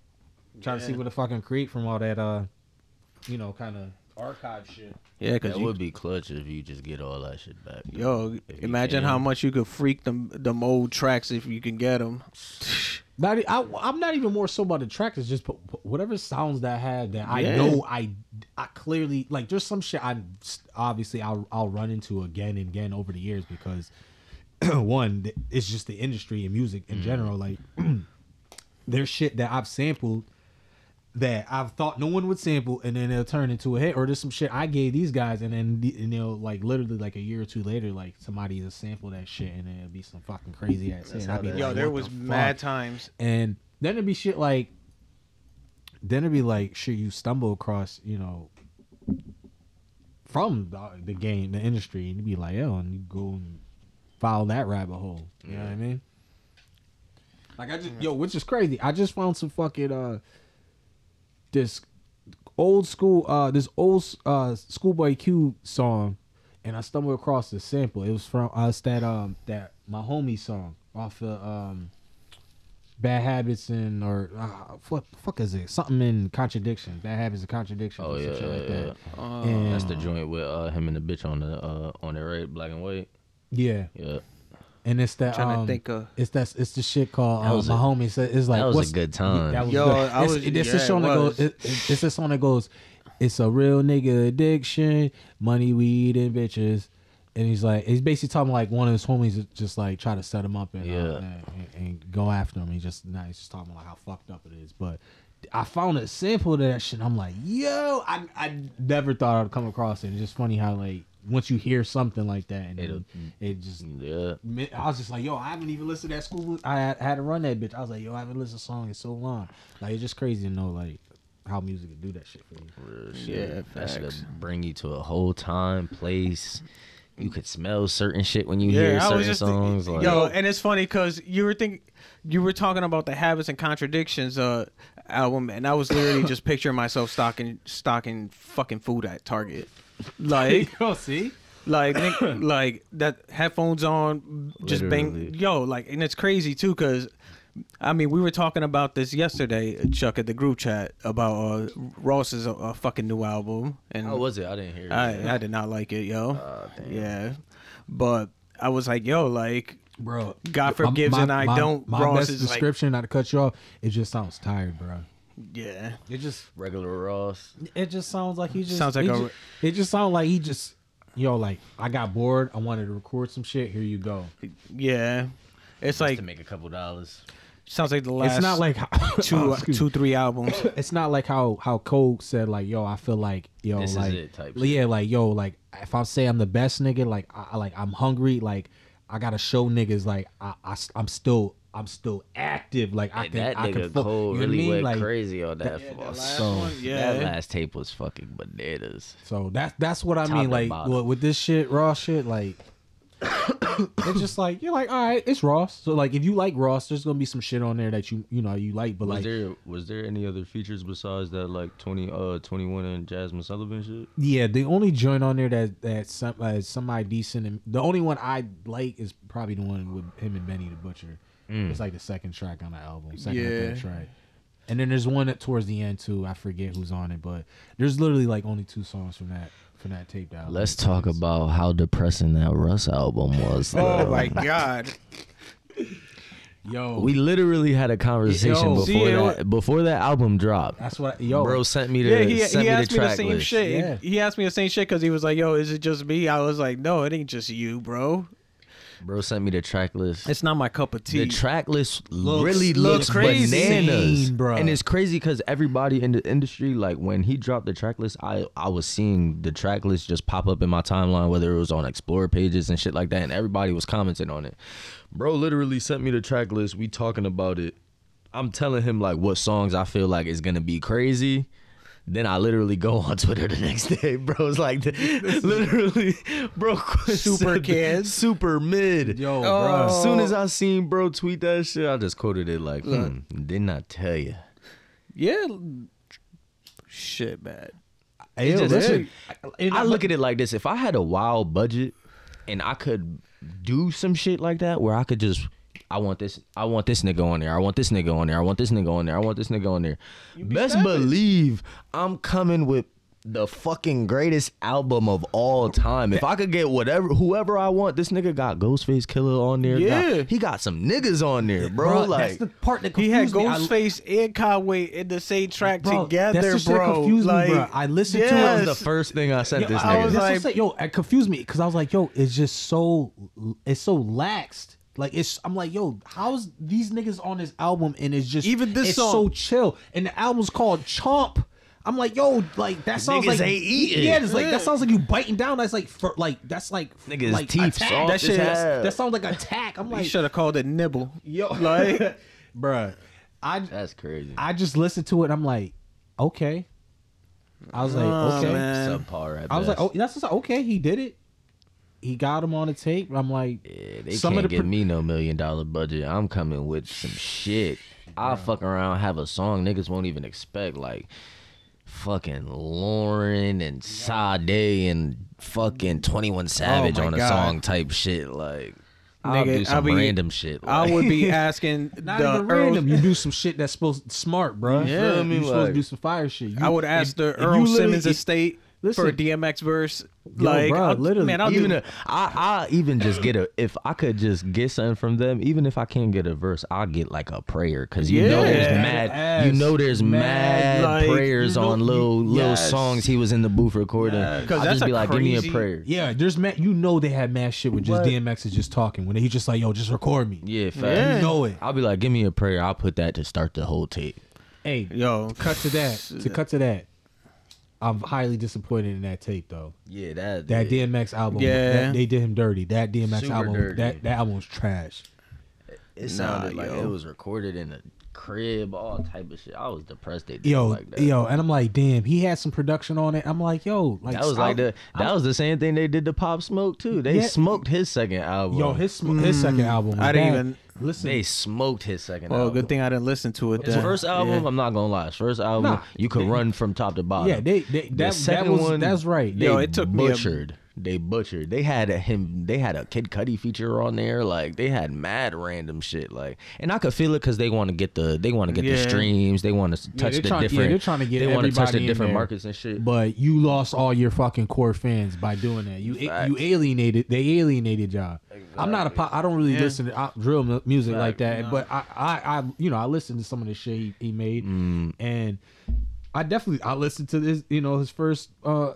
B: try to see
A: Yeah.
B: what I fucking create from all that uh you know kind of archive shit.
A: yeah, because
C: That would be clutch if you just get all that shit back.
A: Yo,
C: If you
A: imagine
C: can.
A: how much you could freak them them old tracks if you can get them.
B: Not, e- I, am not even more so about the track. It's just p- p- whatever sounds that I have that I
A: Yeah.
B: know I I clearly like. There's some shit I obviously I'll I'll run into again and again over the years because <clears throat> one, th- it's just the industry and music
C: Mm.
B: in general. Like <clears throat> there's shit that I've sampled that I've thought no one would sample, and then it'll turn into a hit. Or there's some shit I gave these guys, and then the- and they'll like literally like a year or two later, like somebody will sample that shit, and then it'll be some fucking crazy ass
C: That's
B: hit.
C: how
B: I'd be
C: that
B: like,
C: is.
A: Yo, there
B: what
A: was
B: the
A: mad
B: fuck?
A: times.
B: And then it'd be shit like, then it'd be like, shit, you stumble across, you know, from the, the game, the industry, and you'd be like, yo, and you go and follow that rabbit hole. You know what I mean? Like, I just, yo, which is crazy. I just found some fucking, uh, this old school, uh, this old, uh, Schoolboy Q song, and I stumbled across the sample. It was from us that, um, that my homie song off of, um, Bad Habits and or uh, what the fuck is it? Something in contradiction. Bad Habits and contradiction.
C: Oh
B: or some
C: yeah,
B: shit like
C: yeah,
B: that.
C: yeah. Oh,
A: Uh,
B: And-
C: That's the joint with uh, him and the bitch on the uh, on the right, black and white.
B: Yeah,
C: Yeah,
B: and it's that.
A: trying
B: um,
A: to think of.
B: It's that. It's the shit called.
C: That
B: Uh,
C: was
B: my
C: a-
B: homie said it's like
C: that was
B: what's
C: a good time.
B: That was
A: Yo,
B: good.
A: I
B: It's-
A: was-
B: It's
A: yeah,
B: the
A: it
B: song that goes.
A: was.
B: it- it- It's the song that goes. It's a real nigga addiction, money, weed, and bitches. And he's like, he's basically talking like one of his homies is just like try to set him up and, uh,
C: Yeah.
B: and, and- and go after him. He just now he's just talking about how fucked up it is. But I found a sample of that shit. And I'm like, yo, I I never thought I'd come across it. It's just funny how like once you hear something like that and
C: It'll-
B: it, it just
C: yeah.
B: Mi- I was just like, yo, I haven't even listened to that school. I had, I had to run that bitch. I was like, yo, I haven't listened to a song in so long. Like, it's just crazy to know, like, how music can do that shit for you.
A: Yeah,
C: Real shit. That should
A: facts.
C: bring you to a whole time, place. You could smell certain shit when you hear
A: Yeah, I
C: certain
A: was just
C: songs. like,
A: yo, and it's funny because you were thinking, you were talking about the habits and contradictions uh album, and I was literally
C: <laughs>
A: just picturing myself stocking stocking fucking food at Target,
C: <laughs>
A: like
B: go, see?
A: like nigga, like that headphones on just bang
C: Literally.
A: yo like and it's crazy too because i mean we were talking about this yesterday chuck at the group chat about uh ross's uh, uh, fucking new album and
C: how was it? I didn't hear it.
A: I, I did not like it yo yeah but i was like yo like
B: Bro.
A: God forgives and I don't.
B: My
A: Ross
B: best
A: is like-
B: description, not to cut you off, it just sounds tired, bro.
A: yeah
B: It just,
C: Regular Ross.
B: it just sounds like he just.
A: Sounds like
B: it
A: a-
B: Just, it just sounds like he just, yo, like, I got bored. I wanted to record some shit. Here you go.
A: yeah it's
C: Like
A: like
C: to make a couple dollars.
A: sounds like the last Oh,
B: it's not like
A: two
B: <laughs> two,
A: two three <laughs> albums
B: it's not like how how Cole said like yo I feel like yo
C: This is
B: like
C: it type
B: yeah like yo like if I say I'm the best nigga like I I- like I'm hungry like I gotta show niggas like I, I am still I'm still active like I
C: Like,
B: can
C: that
B: I can
C: nigga
B: fuck-
C: Cole
B: you know what I
C: really
B: mean?
C: went
B: like,
C: crazy on that.
A: Yeah, that
C: floss.
A: last
B: So-
A: one,
C: That
A: yeah
C: last tape was fucking bananas.
B: so that's that's what I
C: Top
B: mean
C: and
B: like
C: bottom.
B: with, with this shit raw shit like it's just like you're like all right it's Ross so like if you like Ross there's gonna be some shit on there that you you know you like but
C: Was
B: like
C: there was there any other features besides that like 20 uh 21 and Jasmine Sullivan shit?
B: Yeah, the only joint on there that that some uh, somebody decent. And, the only one I like is probably the one with him and Benny the Butcher.
C: Mm.
B: It's like the second track on the album, second or
A: Yeah.
B: third track. And then there's one that towards the end too. I forget who's on it, but there's literally like only two songs from that from that tape album.
C: Let's talk about how depressing that Russ album was.
A: oh
C: though.
A: my god
B: Yo,
C: We literally had a conversation
A: Yo,
C: before
A: see, it
C: that before that album dropped.
B: that's what. Yo,
C: Bro sent me the
A: Yeah, he,
C: sent
A: he
C: me the
A: asked me the
C: track
A: same
C: list.
A: shit.
B: Yeah.
A: He asked me the same shit because he was like, "Yo, is it just me?" I was like, "No, it ain't just you, bro.
C: Bro sent me the track list.
A: It's not my cup of tea."
C: the track list
B: Looks-
C: really looks,
B: looks crazy.
C: bananas,
B: Insane, bruh.
C: and it's crazy because everybody in the industry, like when he dropped the track list, I I was seeing the track list just pop up in my timeline, whether it was on Explorer pages and shit like that, and everybody was commenting on it. Bro, literally sent me the track list. We talking about it. I'm telling him like what songs I feel like is gonna be crazy. Then I literally go on <laughs> Twitter the next day, bro. It's <laughs> like, literally, bro. <laughs>
A: Super
C: said-
A: kids.
C: super mid,
B: yo,
A: Oh.
B: bro.
C: as soon as I seen bro tweet that shit, I just quoted it like, hmm, didn't I tell you?
A: yeah, shit, man.
B: Hey, yo,
C: just-
B: listen.
C: I look at it like this: if I had a wild budget and I could do some shit like that, where I could just, I want this, I want this nigga on there, I want this nigga on there, I want this nigga on there, I want this nigga on there. Best believe I'm coming with the fucking greatest album of all time. If I could get whatever, whoever I want, this nigga got Ghostface Killer on there. got-
A: Yeah.
C: he got some niggas on there, bro.
B: Bro,
C: like
B: that's the part that
A: He had
B: confused me. I-
A: Ghostface and Conway in the same track
B: Bro,
A: together,
B: that's the shit that
A: bro.
B: confused me,
A: like,
B: bro. I listened to it,
C: That
B: I
C: was
A: yes.
C: the first thing I sent
B: Yo,
C: this
B: I
C: nigga.
B: was
A: That's what
B: like,
A: I'm
B: yo, it confused me because I was like, yo, it's just so, it's so laxed. Like it's, I'm like, yo, how's these niggas on this album and it's just
A: Even this
B: it's
A: song.
B: so chill and the album's called Chomp. I'm like, yo, like that sounds
C: Niggas
B: like
C: ain't eating.
B: yeah, it's like that sounds like you biting down. That's like, for, like that's like
C: Niggas
B: like
C: teeth
B: attack.
C: soft
B: That
C: as
B: shit,
C: hell.
B: that sounds like
C: <laughs>
B: attack. I'm
A: he
B: like,
A: should have called it nibble.
B: yo,
A: Like,
B: <laughs> bruh, I
C: That's crazy.
B: I just listened to it. and I'm like, okay. I was like,
A: Oh,
B: okay.
A: man.
C: Subpar at
B: I was like,
C: best.
B: oh, that's just, okay. He did it. He got him on the tape. I'm like,
C: Yeah, they
B: some
C: can't
B: of the
C: give
B: pro-
C: me no million dollar budget. I'm coming with some shit. I'll fuck around, have a song niggas won't even expect. Like fucking Lauren and Sade and fucking 21 Savage
A: Oh my
C: on a
A: God.
C: song type shit. Like, I'll
A: Nigga,
C: do some
A: I'll be-
C: random shit.
A: I
C: like-
A: would be asking
B: <laughs> not
A: the
B: even
A: Earl.
B: random. You do some shit that's supposed smart, bro.
C: Yeah, I
B: you
C: mean,
B: supposed to
C: like-
B: do some fire shit. You-
A: I would ask
B: if-
A: the
B: if you
A: Earl
B: literally-
A: Simmons
B: if-
A: estate for a
B: listen.
A: DMX verse.
B: Yo,
A: like,
B: bro,
A: I'll-
B: literally,
A: man, I'll
C: Oh, even
A: do
C: a, I, I even just get a if I could just get something from them, even if I can't get a verse, I'll get like a prayer because you know there's
A: Yeah.
C: mad,
B: Yes.
C: you know there's
B: Mad,
C: mad,
A: like,
C: prayers
B: you know-
C: on little
B: you-
C: little
B: yes.
C: songs he was in the booth recording.
B: Yes.
A: 'Cause
C: I'll
A: that's
C: just be
A: a
C: like, give me
A: crazy-
C: a prayer.
B: Yeah, there's mad. You know they had mad shit with just DMX is just talking when he just like, yo, just record me.
C: Yeah, fact.
B: You know it.
C: I'll be like, give me a prayer. I'll put that to start the whole tape.
B: Hey,
A: Yo,
B: cut to that. To cut to that. I'm highly disappointed in that tape though.
C: Yeah, that
B: That DMX album,
A: Yeah.
B: that- they did him dirty. That DMX
C: Super
B: album,
C: dirty.
B: that that album was trash.
C: it sounded
A: Nah,
C: like
A: yo.
C: it was recorded in a crib, all type of shit. I was depressed. They did it
B: yo,
C: like that.
B: yo, and I'm like, damn, he had some production on it. I'm like, yo, like
C: That was like the that was the same thing they did to Pop Smoke too. They
B: Yeah.
C: smoked his second album.
B: yo his sm- his second album. was
A: mm, I didn't
B: bad.
A: even-
B: listen. Oh,
C: they smoked his second
A: well,
C: album.
A: good thing I didn't listen to it.
C: His
A: then.
C: first album, I'm not gonna lie, his first album
B: Nah,
C: you could
B: they-
C: run from top to bottom.
B: yeah, they, they that, that was that's right.
C: They
A: Yo, it took me a-
C: butchered. They butchered. They had a him. They had a Kid Cudi feature on there. Like they had mad random shit. Like, and I could feel it because they want to get the they want to get
A: Yeah.
C: the streams. They want to touch
B: they're
C: the
B: trying- yeah,
C: different.
B: they're trying to get
C: They wanna touch
B: everybody
C: the
B: in
C: different
B: there.
C: markets and shit.
B: but you lost all your fucking core fans by doing that. You
C: Facts.
B: you alienated. They alienated y'all. I'm not a pop. I don't really
A: Yeah.
B: listen to uh, drill mu- music like
C: Facts.
B: that. But I, I I you know I listened to some of the shit he, he made,
C: Mm.
B: and I definitely I listened to this you know his first uh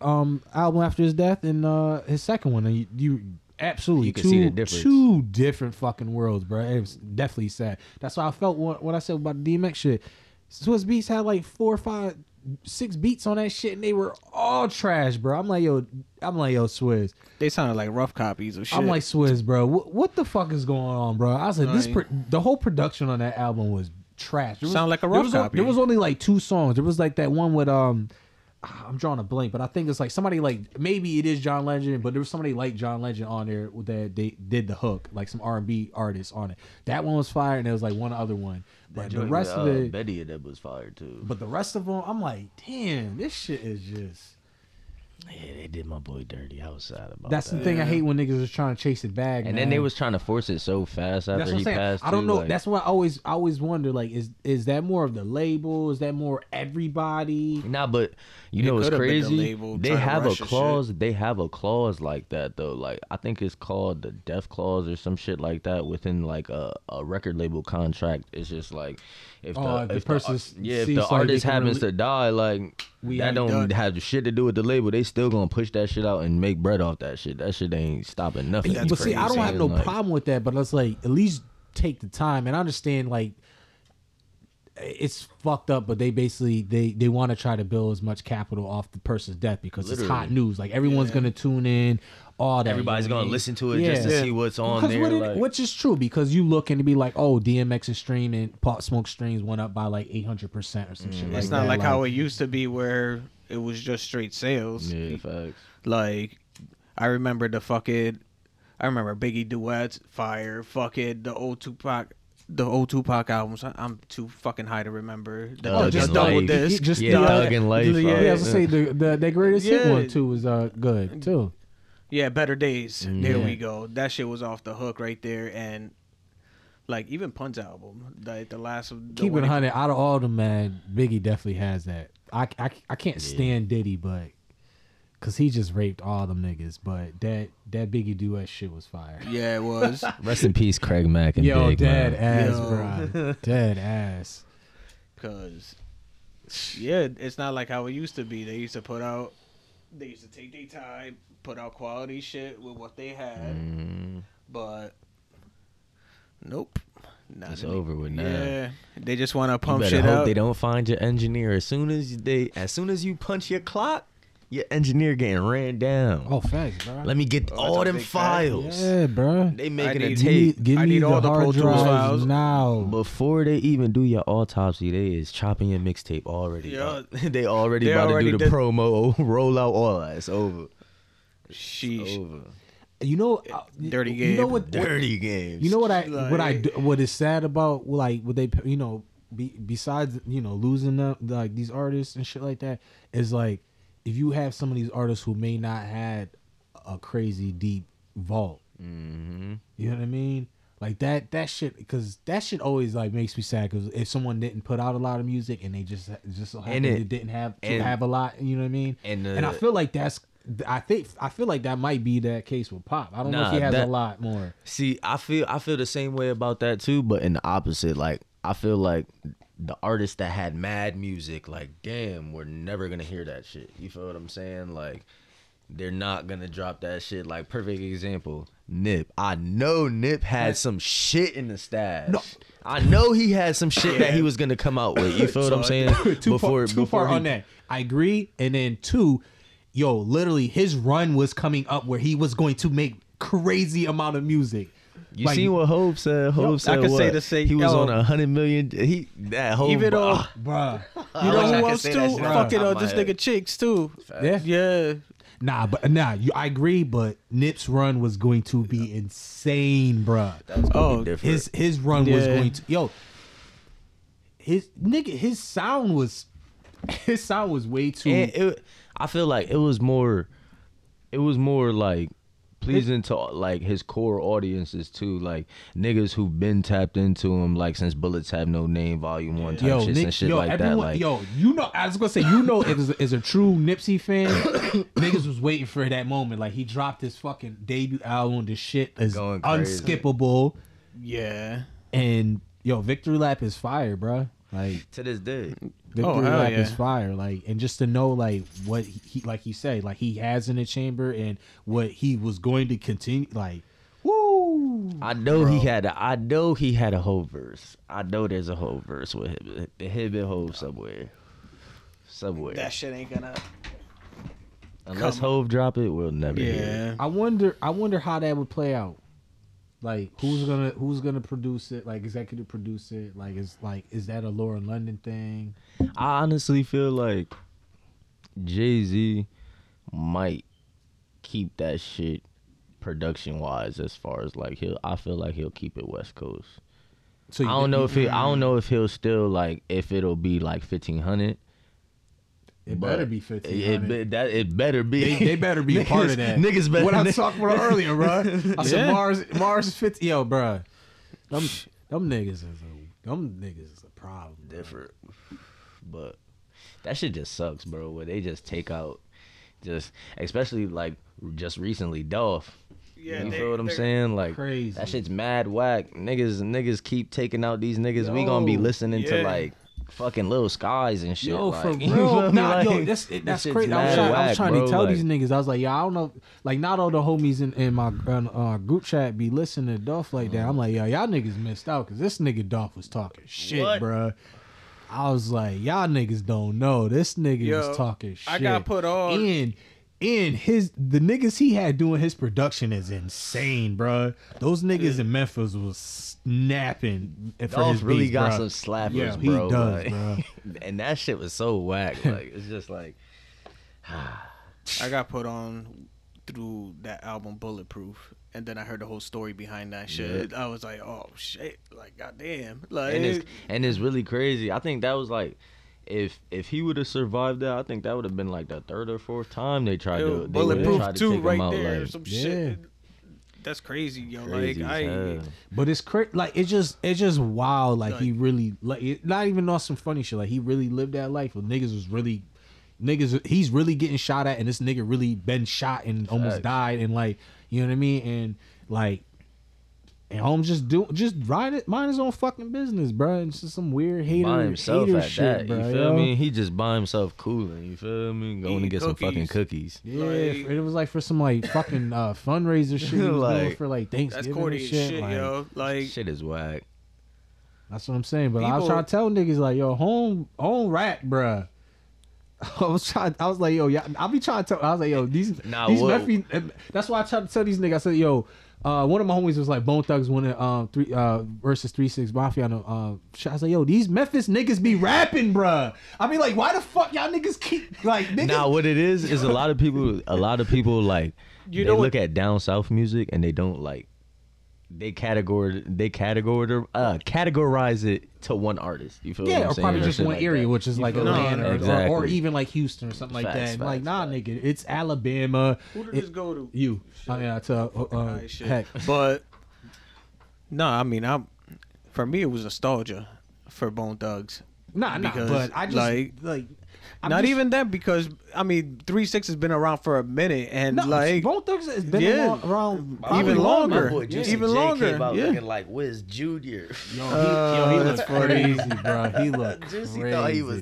B: um album after his death and uh his second one and you. you Absolutely,
C: You can
B: two,
C: see the difference.
B: two different fucking worlds, bro. It was definitely sad. That's why I felt what, what I said about the DMX shit. Swiss Beats had like four or five, six beats on that shit, and they were all trash, bro. I'm like, yo, I'm like, yo, Swizz.
A: They sounded like rough copies of shit.
B: I'm like, Swizz, bro. What, what the fuck is going on, bro? I said, this
A: Right.
B: pro- the whole production on that album was trash. There was-
A: Sound like a
B: there
A: rough
B: was
A: copy.
B: there was only like two songs. There was like that one with um. I'm drawing a blank, but I think it's like somebody like maybe it is John Legend, but there was somebody like John Legend on there that they did the hook, like some R&B artist on it. That one was fire, and there was like one other one, but the rest
C: uh,
B: of
A: uh,
B: it,
C: Betty that was fired too.
B: but the rest of them, I'm like, damn, this shit is just
C: Yeah, they did my boy dirty outside about
A: Oh,
B: That's
C: that.
B: the thing I hate when niggas was trying to chase it back.
C: and then they was trying to force it so fast after
B: That's what
C: he
B: I'm saying.
C: passed.
B: I don't
C: too,
B: know.
C: like-
B: That's why I always I always wonder like is is that more of the label? Is that more everybody?
C: Nah, but you
A: It
C: know it's
A: could've been the
C: crazy.
A: label
C: They
A: trying to
C: have a
A: rush the shit.
C: clause. They have a clause like that though. Like I think it's called the death clause or some shit like that within like a, a record label contract. It's just like if
B: Oh, if
C: the,
B: the
C: if
B: person's
C: the, ar- yeah, if
B: deceased,
C: the
B: like, they
C: artist
B: can
C: happens
B: rele-
C: to die, like
B: We
C: that
B: already
C: don't
A: done.
C: have shit to do with the label. They still gonna push that shit out and make bread off that shit. That shit ain't stopping nothing.
A: That's
B: but see, I
A: crazy.
B: don't have no
C: Like,
B: problem with that. But let's like at least take the time and I understand like it's fucked up. But they basically they they want to try to build as much capital off the person's death because it's hot
C: Literally.
B: news. Like everyone's gonna tune in. All that
C: Everybody's
B: you know what I
C: gonna
B: mean?
C: listen to it
B: Yeah.
C: just to see what's on
B: Because
C: there.
B: what it-
C: like-
B: which is true because you look and to be like, oh, DMX is streaming, Pop Smoke streams went up by like eight hundred percent or some shit.
A: It's
B: that.
A: not like how it used to be where it was just straight sales.
C: yeah, facts.
A: Like, I remember the fucking, I remember Biggie duets, Fire, fucking the old Tupac, the old Tupac albums. I, I'm too fucking high to remember. The,
C: Oh,
A: the-
C: just
A: the double
C: like-
A: disc,
B: just
A: the-
C: Yeah,
B: the,
C: Thug and Life.
A: yeah,
B: Yeah,
C: like,
B: I was gonna say the the that greatest hit
A: Yeah.
B: one too was uh good too.
A: Yeah, better days. There
B: Yeah.
A: we go. That shit was off the hook right there, and like even Pun's album, like the last of the
B: Keep it
A: one-
B: hundred out of all the man, Biggie definitely has that. I I, I can't stand Diddy, but because he just raped all them niggas. But that that Biggie duet shit was fire.
A: Yeah, it
B: <laughs>
A: was.
C: Rest in peace, Craig Mack and
B: Yo,
C: Big
B: dead
C: man.
B: ass,
A: Yo. <laughs>
B: bro. dead ass.
A: Cause yeah, it's not like how it used to be. They used to put out, they used to take their time, put out quality shit with what they had,
C: Mm-hmm.
A: but nope, not
C: It's
A: any-
C: over with now.
A: Yeah, they just want to
C: You
A: pump
C: better
A: shit
C: hope
A: out.
C: they don't find your engineer as soon as they as soon as you punch your clock, your engineer getting ran down.
B: Oh, facts, bro.
C: Let me get
A: Oh,
C: all
A: that's a
C: them
A: big fact.
C: files.
B: yeah, bro.
C: They making a
A: need-
C: tape
B: give
A: I
B: me
A: need
B: the
A: all the
B: hard
A: Pro Tools
B: drives
A: files.
B: now.
C: before they even do your autopsy. They is chopping your mixtape already.
A: Yeah.
C: up. <laughs> they already
A: They
C: about
A: already
C: to do the
A: did-
C: promo, <laughs> roll out all that. It's over.
A: Sheesh.
C: Over.
B: You know, uh,
A: Dirty
B: You know
A: Gabe.
B: what? what-
C: Dirty games.
B: You know what I
A: Like-
B: what I do, what is sad about like what they you know be, besides you know losing them like these artists and shit like that is like if you have some of these artists who may not had a crazy deep vault.
C: Mm-hmm.
B: You know what I mean? Like that that shit because that shit always like makes me sad because if someone didn't put out a lot of music and they just just so happened
C: it-
B: they didn't have to
C: and-
B: have a lot, you know what I mean?
C: and, uh,
B: and I feel like that's I think I feel like that might be that case with Pop. I don't know if
C: Nah,
B: he has
C: that-
B: a lot more.
C: See, I feel I feel the same way about that too, but in the opposite. Like I feel like the artists that had mad music, like damn, we're never gonna hear that shit. You feel what I'm saying? Like they're not gonna drop that shit. Like perfect example, Nip. I know Nip had some shit in the stash.
B: No.
C: I know he had some shit that he was gonna come out with. You feel what I'm saying?
B: <laughs> too far, too far
C: he-
B: on that. I agree. And then two, yo, literally his run was coming up where he was going to make crazy amount of music.
C: You
B: Like,
C: seen what Hope said? Hope said
A: could
C: what?
A: say the same-
C: he was
A: yo.
C: on a hundred million. He that Hope
A: Even
C: ah,
A: though
C: <laughs>
B: bruh.
A: you
C: wish I
A: know who
C: could
A: else
C: say that
A: too,
C: shit off
A: fucking
C: the top
A: uh,
C: of
A: this
C: my head.
A: nigga chicks too.
B: Yeah.
A: Yeah,
B: Nah, but nah, you, I agree, but Nip's run was going to be insane, bruh.
C: That's gonna be
A: Oh,
C: different.
B: His his run was
A: Yeah.
B: going to yo. His nigga, his sound was <laughs> his sound was way too
C: and it, I feel like it was more, it was more like pleasing to like his core audiences too, like niggas who've been tapped into him like since Bullets Have No Name Volume One type shits
B: Nip-
C: and shit
B: yo,
C: like that. Like
B: yo, you know, I was gonna say, you know, as, as a true
C: <coughs>
B: Nipsey fan, niggas was waiting for that moment. Like he dropped his fucking debut album. The shit is
C: Going crazy.
B: unskippable,
A: yeah.
B: and yo, Victory Lap is fire, bruh. Like
C: to this day, Oh,
B: Victory
A: hell
B: Lap
A: yeah.
B: is fire. Like and just to know, like what he, like he said, like he has in the chamber and what he was going to continue, like. Woo!
C: I know he had, a, I know he had a whole verse. I know there's a whole verse with him, the him and Hove somewhere. Somewhere,
A: That shit ain't gonna.
C: unless
A: come-
C: Hove drop it, we'll never hear
A: Yeah.
B: I wonder. I wonder how that would play out. Like who's gonna who's gonna produce it? Like executive produce it? Like is like is that a Lauren London thing?
C: it. I honestly feel like Jay Z might keep that shit production wise as far as like he'll I feel like he'll keep it West Coast.
B: So
C: I don't know if he I don't know if he'll still like if it'll be like fifteen hundred
B: It
C: But
B: better be
C: It,
B: fifteen
C: it,
B: hundred.
C: be- that it better be.
B: They, they better be
C: <laughs>
B: a
C: niggas,
B: part of that.
C: Niggas better.
B: What I
C: niggas-
B: talked about earlier, bro. I said
A: Yeah.
B: Mars, Mars is fifty. Yo, bro, them, them niggas is a, them niggas is a problem.
C: <laughs>
B: bruh.
C: different. But that shit just sucks, bro. Where they just take out, just especially like just recently Dolph.
A: Yeah,
C: you
A: they-
C: feel what I'm
A: they're
C: saying? Like
B: crazy.
C: that shit's mad whack. Niggas, niggas keep taking out these niggas. we gonna be
B: Yo,
C: listening to
A: yeah.
C: like fucking little skies and shit.
B: Yo,
C: like, <laughs>
B: for
C: you
B: real,
C: feel me?
B: nah, yo,
C: Like,
B: that's
C: this
B: it, that's
C: shit's
B: crazy. I
C: mad
B: was, trying, I
C: whack,
B: was trying
C: bro.
B: to tell
C: Like,
B: these niggas, I was like, yo, I don't know, like not all the homies in, in my uh, uh, group chat be listening to Duff like
C: Mm.
B: that. I'm like, yo, y'all niggas missed out because this nigga Duff was talking shit,
A: What?
B: bruh. I was like, y'all niggas don't know this nigga
A: Yo,
B: was talking shit.
A: I got put on-
B: in. In his the niggas he had doing his production is insane, bruh. Those niggas in Memphis was snapping. for
C: Dolph
B: his
C: really
B: beats,
C: got
B: bruh.
C: some slappers,
B: Yeah, he
C: bro.
B: does,
C: like- <laughs> and that shit was so
B: <laughs>
C: whack. Like it's just like
A: I got put on through that album Bulletproof, and then I heard the whole story behind that shit. I was like, oh shit, like goddamn, like
C: and it's and it's really crazy. I think that was like if if he would have survived that, I think that would have been like the third or fourth time they tried
A: it
C: to
A: was
C: they would've
A: Bulletproof
C: tried to
A: too,
C: take him
A: right
C: out,
A: there,
C: like,
A: some
B: Yeah.
A: shit. That's crazy, yo.
C: crazy
A: like I,
C: as hell.
B: But it's cra- like it's just it's just wild. Like, he really like it, not even on some funny shit. Like he really lived that life. Where niggas was really niggas. He's really getting shot at, and this nigga really been shot and almost
C: Facts.
B: died. And like you know what I mean. And like and home just do just ride it, mind his own fucking business, bro. It's just some weird hater
C: by himself
B: hater
C: at
B: shit,
C: that.
B: bro.
C: you feel
B: yo.
C: me? He just by himself cooling. You feel me? Going to
A: Eating
C: get some fucking cookies.
B: Yeah,
A: Like-
B: it was like for some like fucking uh,
C: <laughs>
B: fundraiser shit. He was doing
C: Like,
B: for like
A: that's
B: Thanksgiving and
A: corny as
B: shit.
A: shit,
B: like,
A: yo. Like
C: Shit is whack.
B: That's what I'm saying. But I was
A: People-
B: trying to tell niggas like, yo, home home rap, bruh. <laughs> I was trying. I was like, yo, yeah. I be trying to tell. I was like, yo, these
C: <laughs> Nah,
B: these
C: what-
B: Memphis. That's why I tried to tell these niggas. I said, yo, uh, one of my homies was like, Bone Thugs won it, um three uh versus three six mafia. On, a, uh, shit. I was like, yo, these Memphis niggas be rapping, bruh. I mean, like, why the fuck y'all niggas keep like niggas?
C: Now what it is is a lot of people a lot of people like
A: You
C: they
A: know what-
C: look at down south music and they don't like they categor they categor uh categorize it to one artist. You feel what
B: yeah,
C: I'm
B: or
C: saying?
B: probably just
C: shit
B: one
C: like
B: area,
C: that.
B: which is
C: You
B: like
C: feel me?
B: Atlanta, or-
C: Exactly.
B: or, even like Houston or something like
C: Facts,
B: that. And like,
C: facts,
B: nah,
C: facts.
B: nigga, it's Alabama.
A: who did
B: It-
A: this go to?
B: You. I mean, I tell. Uh, uh,
A: Alright, shit.
B: heck.
A: But no, I mean, I'm for me it was nostalgia for Bone Thugs.
B: Nah, nah.
A: Because,
B: But I just like.
A: like,
B: I'm
A: Not
B: just-
A: even that because I mean, Three Six has been around for a minute, and
B: No,
A: like
B: Bone Thugs has been
A: yeah,
B: along- around
A: even
B: probably
A: longer.
B: longer.
A: boy Juicy Even J longer, came out yeah. Uh, looking
C: like Wiz Junior. <laughs>
B: Yo, he, yo, he looks crazy, bro.
A: <laughs>
B: He looked crazy.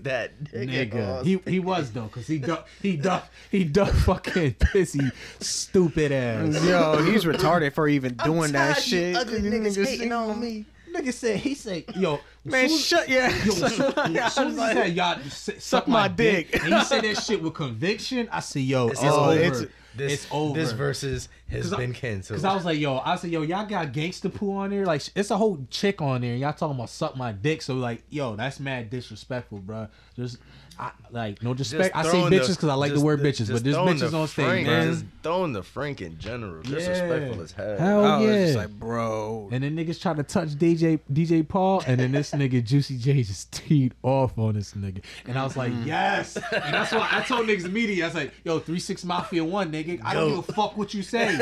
C: that
B: Nigga, he he was though, cause he duck he duck he duck fucking <laughs> pissy stupid ass.
A: yo, he's retarded for even doing that shit.
C: on me.
B: Nigga said he said yo
A: Man,
B: soon-
A: shut your <laughs>
B: Yo, as soon as he said, y'all s- suck,
A: my
B: my, dick,
A: dick.
B: and he said that shit with conviction, I said, yo, it's,
A: oh,
B: over. It's,
A: it's-
B: over.
D: versus has
B: 'Cause I- been
D: canceled.
B: Cause I was like, yo, I said, yo, y'all got gangsta poo on there. Like, it's a whole chick on there. And y'all talking about suck my dick. So like, yo, that's mad disrespectful, bro. Just, I like, no disrespect. I say
D: throwing the-
B: bitches because I like the
D: just
B: word
D: the-
B: bitches,
D: just
B: but there's
D: throwing
B: bitches
D: the
B: on stage,
D: frank,
B: man.
D: just throwing the Frank in general. Disrespectful as hell.
B: Hell
A: I was
B: yeah.
A: just like, bro,
B: and then niggas try to touch DJ DJ Paul, and then this nigga Juicy J just teed off on this nigga, and I was like, yes, and that's why I told niggas immediately, I was like, yo, three six mafia one nigga, I don't
D: Yo.
B: give a fuck what you say.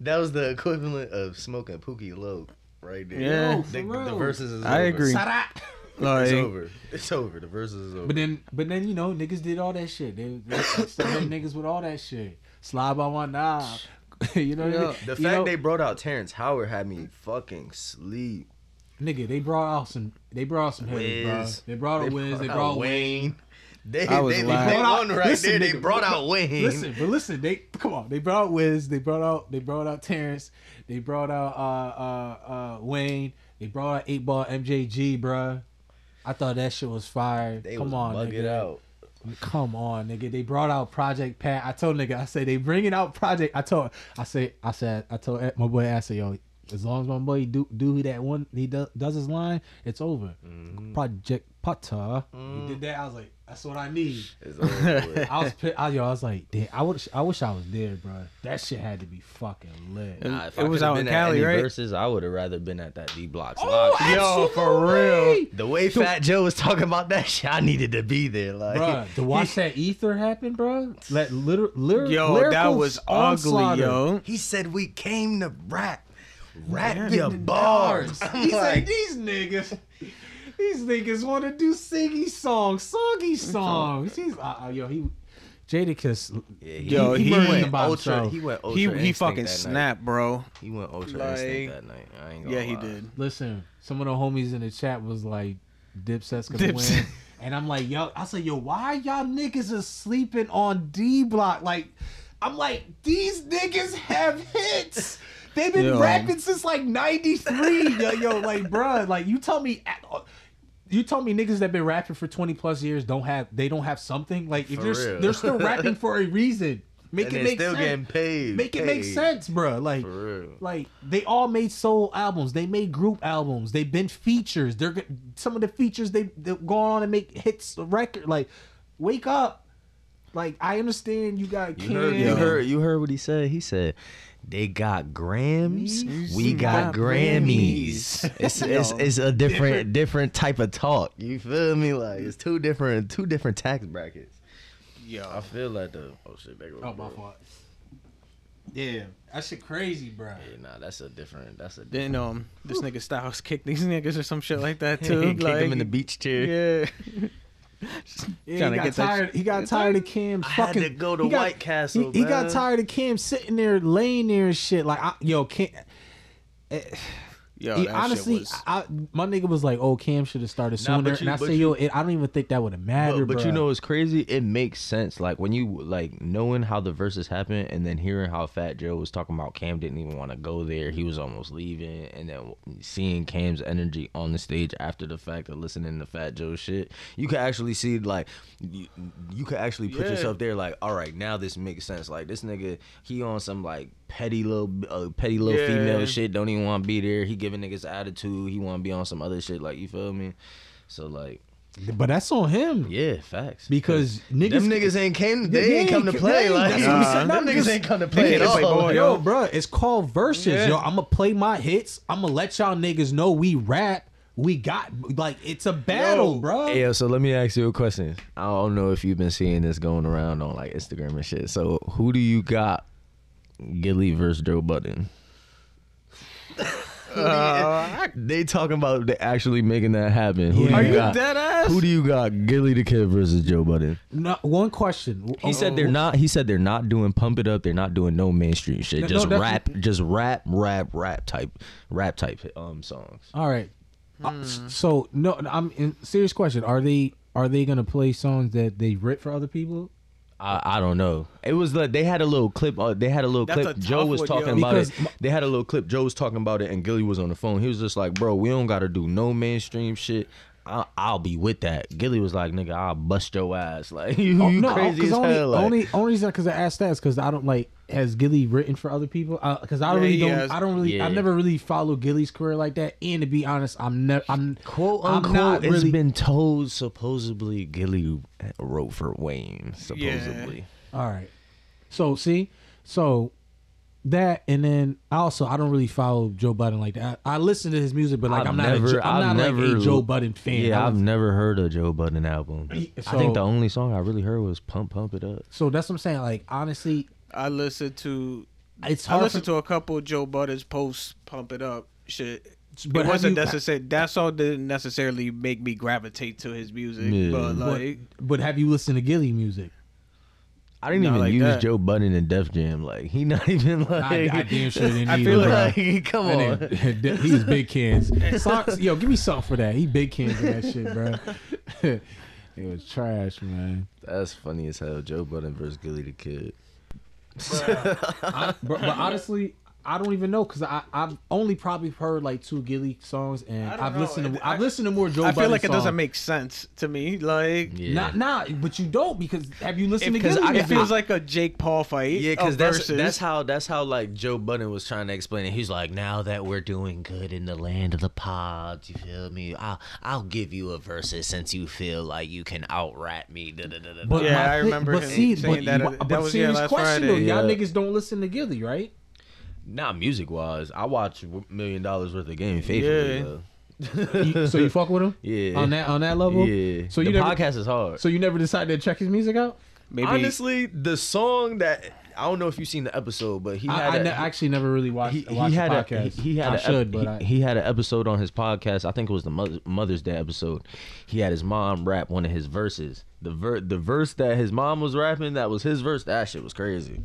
D: That was the equivalent of smoking Pookie Low right there.
A: Yeah. Yo,
B: for
D: the, the
B: real.
D: verses is
A: I
D: over.
A: agree.
B: Sarap.
D: It's
A: like
D: over. It's over. The verses is over.
B: But then, but then you know, niggas did all that shit. They, they stuck them niggas with all that shit. Slide by one knob. <laughs> you know, what I mean?
D: the fact
B: You know-
D: they brought out Terrence Howard had me fucking sleep.
B: nigga, they brought out some, they brought out some heads, bro.
D: Wiz.
B: They brought out Wiz. They brought out Wayne.
D: They,
A: I was
D: they, they,
A: lying.
D: they
B: Brought out-
D: won right
B: listen,
D: there. They
B: nigga,
D: brought out Wayne.
B: Listen, but listen, they come on. They brought out Wiz. They brought out they brought out Terrence. They brought out uh uh uh Wayne. They brought out Eight Ball MJG, bruh. I thought that shit was fire.
D: They
B: come
D: was
B: on,
D: bug
B: nigga.
D: it out.
B: Come on, nigga. They brought out Project Pat. I told nigga, I said they bringing out Project. I told, I said, I said, I told eh, my boy, I said, yo, as long as my boy do do that
D: Mm-hmm. Mm.
B: one, he do, does his line, it's over. Project Putter. He did that. I was like, That's what I need. <laughs>
D: It's over with.
B: I was, pi- I, yo, I was like, damn, I wish, I wish I was there, bro. That shit had to be fucking lit.
C: Nah, if
A: It
C: I
A: was
C: could've
A: out
C: been
A: in
C: at
A: Cali,
C: any
A: right?
C: Versus, I would have rather been at that D Blocks.
B: Oh,
A: Yo, for real.
D: The way Fat Joe was talking about that shit, I needed to be there. Like,
B: Bruh, to watch that ether happen, bro. Let liter- lir-
A: Yo, that
B: lyrical
A: was
B: onslaught.
A: ugly, yo.
D: <laughs> he said we came to rap, rap
A: Yeah.
D: your bars. <laughs> I'm
B: He's like,
D: like,
B: these niggas, these niggas want to do singy songs, songy songs. He's uh, uh, yo, he Jadakiss.
D: yeah,
A: Yo, he
B: learned
A: went
B: about
D: ultra.
B: himself.
D: He went ultra.
A: He he
D: instinct
A: fucking
D: that night.
A: snapped, bro.
D: He went ultra
A: Like-
D: instinct that night. I ain't gonna
A: Yeah, he
D: lie.
A: did.
B: Listen, some of the homies in the chat was like, Dipset's gonna
A: Dipset.
B: win. And I'm like, yo, I said, yo, why y'all niggas is sleeping on D block? Like, I'm like, these niggas have hits. They've been
A: Yo.
B: rapping since
D: <laughs>
B: like 93. yo, yo, like, bruh, like you tell me you tell me niggas that been rapping for 20 plus years don't have they don't have something? Like if
D: For
B: you're s-
D: real.
B: they're
D: <laughs>
B: still rapping for a reason. Make
D: And
B: it
D: they
B: make
D: still
B: sense.
D: getting paid.
B: Make it
D: paid.
B: make sense, bruh. Like
D: For real.
B: like they all made soul albums. They made group albums. They've been features. They're g- some of the features they they've gone on and make hits record. Like, wake up! Like I understand you got
D: You
B: Kim.
D: heard,
A: Yeah.
D: you heard, you heard what he said. He said, "They got grams, we got
A: got
D: Grammys."
A: Grammys.
D: <laughs> It's, it's it's a different different type of talk. You feel me? Like it's two different two different tax brackets. I
A: Yo,
D: feel like the oh shit, there goes.
B: Oh my
D: Bro.
B: fault. Yeah, that shit crazy, bro.
D: Yeah, nah, that's a different. That's a different.
A: then um, this nigga Styles kicked these niggas or some shit
D: <laughs>
A: like that too.
D: Kicked
A: like,
D: him in the beach chair.
A: Yeah.
B: Yeah,
A: Tryna
B: he got
A: get that
B: tired. He got tired of Kim.
D: I had
B: fucking,
D: to go to
B: he got-
D: White Castle.
B: He, he got
D: man.
B: tired of Kim sitting there, laying there and shit. Like, I, yo, Kim.
A: Yo,
B: He-
A: Oh, that
B: honestly,
A: shit was.
B: I, my nigga was like, "Oh, Cam should have started
D: Nah,
B: sooner,"
D: but you-
B: and I
D: but
B: say, "Yo, it, I don't even think that would have mattered."
C: But, but you
B: bruh.
C: know what's crazy? It makes sense. Like when you like knowing how the verses happened, and then hearing how Fat Joe was talking about Cam didn't even want to go there. He was almost leaving, and then seeing Cam's energy on the stage after the fact of listening to Fat Joe shit, you could actually see like you, you could actually put
A: Yeah.
C: yourself there. Like, all right, now this makes sense. Like this nigga, he on some like petty little uh, petty little
A: Yeah.
C: female shit. Don't even want to be there. He giving niggas attitude. He want to be on some other shit. Like you feel me? So like,
B: but that's on him
C: yeah, facts.
B: because niggas,
D: Them niggas ain't came. They ain't come to play.
B: they-
D: like
B: that's what I'm
D: them
B: saying. Not
D: niggas
B: just-
D: ain't come to
A: they
D: play at
A: can't play
D: all.
A: ball,
B: yo,
A: yo.
B: bro, it's called verses.
A: Yeah.
B: Yo, I'm gonna play my hits. I'm gonna let y'all niggas know we rap. We got like it's a battle, bro.
C: Hey, yo, so let me ask you a question. I don't know if you've been seeing this going around on like Instagram and shit. So who do you got? Gilly versus Joe Budden. They talking about they actually making that happen. Who
B: Are
C: do you,
B: you
C: got?
A: dead ass?
C: Who do you got? Gilly the Kid versus Joe Budden.
B: No, one question.
C: He said they're not. He said they're not doing pump it up. They're not doing no mainstream shit.
B: No,
C: just
B: no, that's-
C: rap, just rap, rap, rap type, rap type um songs.
B: All right. Uh, s- so no, I'm in, serious question. Are they are they gonna play songs that they writ for other people?
C: I, I don't know. It was like they had a little clip. Uh, they had a little
A: That's
C: clip.
A: a tough
C: Joe was
A: one,
C: talking
A: yo.
C: about it.
B: Because-
C: They had a little clip. Joe was talking about it, and Gilly was on the phone. He was just like, "Bro, we don't gotta do no mainstream shit. I, I'll be with that." Gilly was like, "Nigga, I'll bust your ass. <laughs> Like you,
B: Oh,
C: you
B: no,
C: crazy as
B: because only,
C: hell." Like,
B: only only reason because I asked that is because I don't like has Gilly written for other people because I
A: Yeah,
B: really
A: he
B: don't
A: has.
B: I don't really
C: Yeah.
B: I've never really followed Gilly's career like that and to be honest I'm never I'm
C: quote
B: I'm
C: unquote,
B: not really
C: it's been told supposedly Gilly wrote for Wayne. Supposedly,
B: all right so see so that and then also I don't really follow Joe Budden like that I, I listen to his music but like
C: I've
B: I'm not a, Jo- I'm
C: I've
B: not like a
C: never-
B: Joe Budden fan
C: Yeah,
B: I
C: I've
B: was-
C: never heard a Joe Budden album. I
B: So-
C: think the only song I really heard was "Pump Pump It Up."
B: so that's what I'm saying like honestly
A: I listened to.
B: it's
A: I
B: hard
A: listened
B: for,
A: to a couple of Joe Butters posts. Pump it up. Shit.
B: But
A: But it
B: have
A: wasn't
B: you-
A: necessary. That song didn't necessarily make me gravitate to his music.
C: Yeah.
A: But
B: but,
A: like,
B: but have you listened to Gilly music
C: I didn't
A: Not
C: even
A: like
C: use
A: that.
C: Joe Budden and Def Jam. Like he not <laughs> even
A: <laughs>
C: like.
B: I, I damn sure didn't
A: I
B: either,
A: feel
B: bro.
C: like <laughs> come
B: That <laughs>
C: on.
B: nigga- he was big cans.
A: <laughs>
B: Socks, yo, give me something for that. He big cans for that shit, bro. <laughs> it was trash, man.
C: That's funny as hell. Joe Budden versus Gilly the Kid.
B: But, but honestly, I don't even know because I I've only probably heard like two Gilly songs and
A: I don't
B: I've
A: know.
B: listened to
A: I-
B: I've listened to more Joe.
A: I feel
B: Budden
A: like it doesn't
B: songs.
A: make sense to me. Like,
E: Yeah.
B: Nah, nah, but you don't because have you listened to
A: because
B: Gilly?
A: it
B: music?
A: feels like a Jake Paul fight.
C: Yeah,
A: because
C: because that's that's how that's how like Joe Budden was trying to explain it. He's like, now that we're doing good in the land of the pods, you feel me? I'll I'll give you a versus since you feel like you can out rap me. Da, da, da, da,
B: But
A: Yeah,
B: my
A: I
B: thi-
A: remember
B: but
A: him
B: see,
A: saying
B: but,
A: that-
B: but-
A: that
B: but
A: was, yeah,
B: serious
A: last
B: question
A: Friday.
B: though, y'all
E: Yeah.
B: niggas don't listen to
A: <laughs>
B: Gilly, right?
C: Not music wise. I watch W- Million Dollars Worth of Game faithfully.
A: Yeah.
C: though.
B: You- so you fuck with him?
C: Yeah.
B: On that on that level?
C: yeah.
B: So
C: So
B: you
C: the
B: never
C: podcast is hard.
B: so you never decided to check his music out?
A: maybe
C: Honestly, the song that I don't know if you've seen the episode, but he
B: I,
C: had
B: I
C: a-
B: ne- actually never really watched,
C: he,
B: watched
C: he had
B: the
C: a
B: podcast.
C: he, he had
B: I
C: a ep-
B: should, but
E: he,
B: I,
E: he had an episode on his podcast. I think it was the Mother, Mother's Day episode. He had his mom rap one of his verses. The ver- the verse that his mom was rapping, that was his verse. That shit was crazy.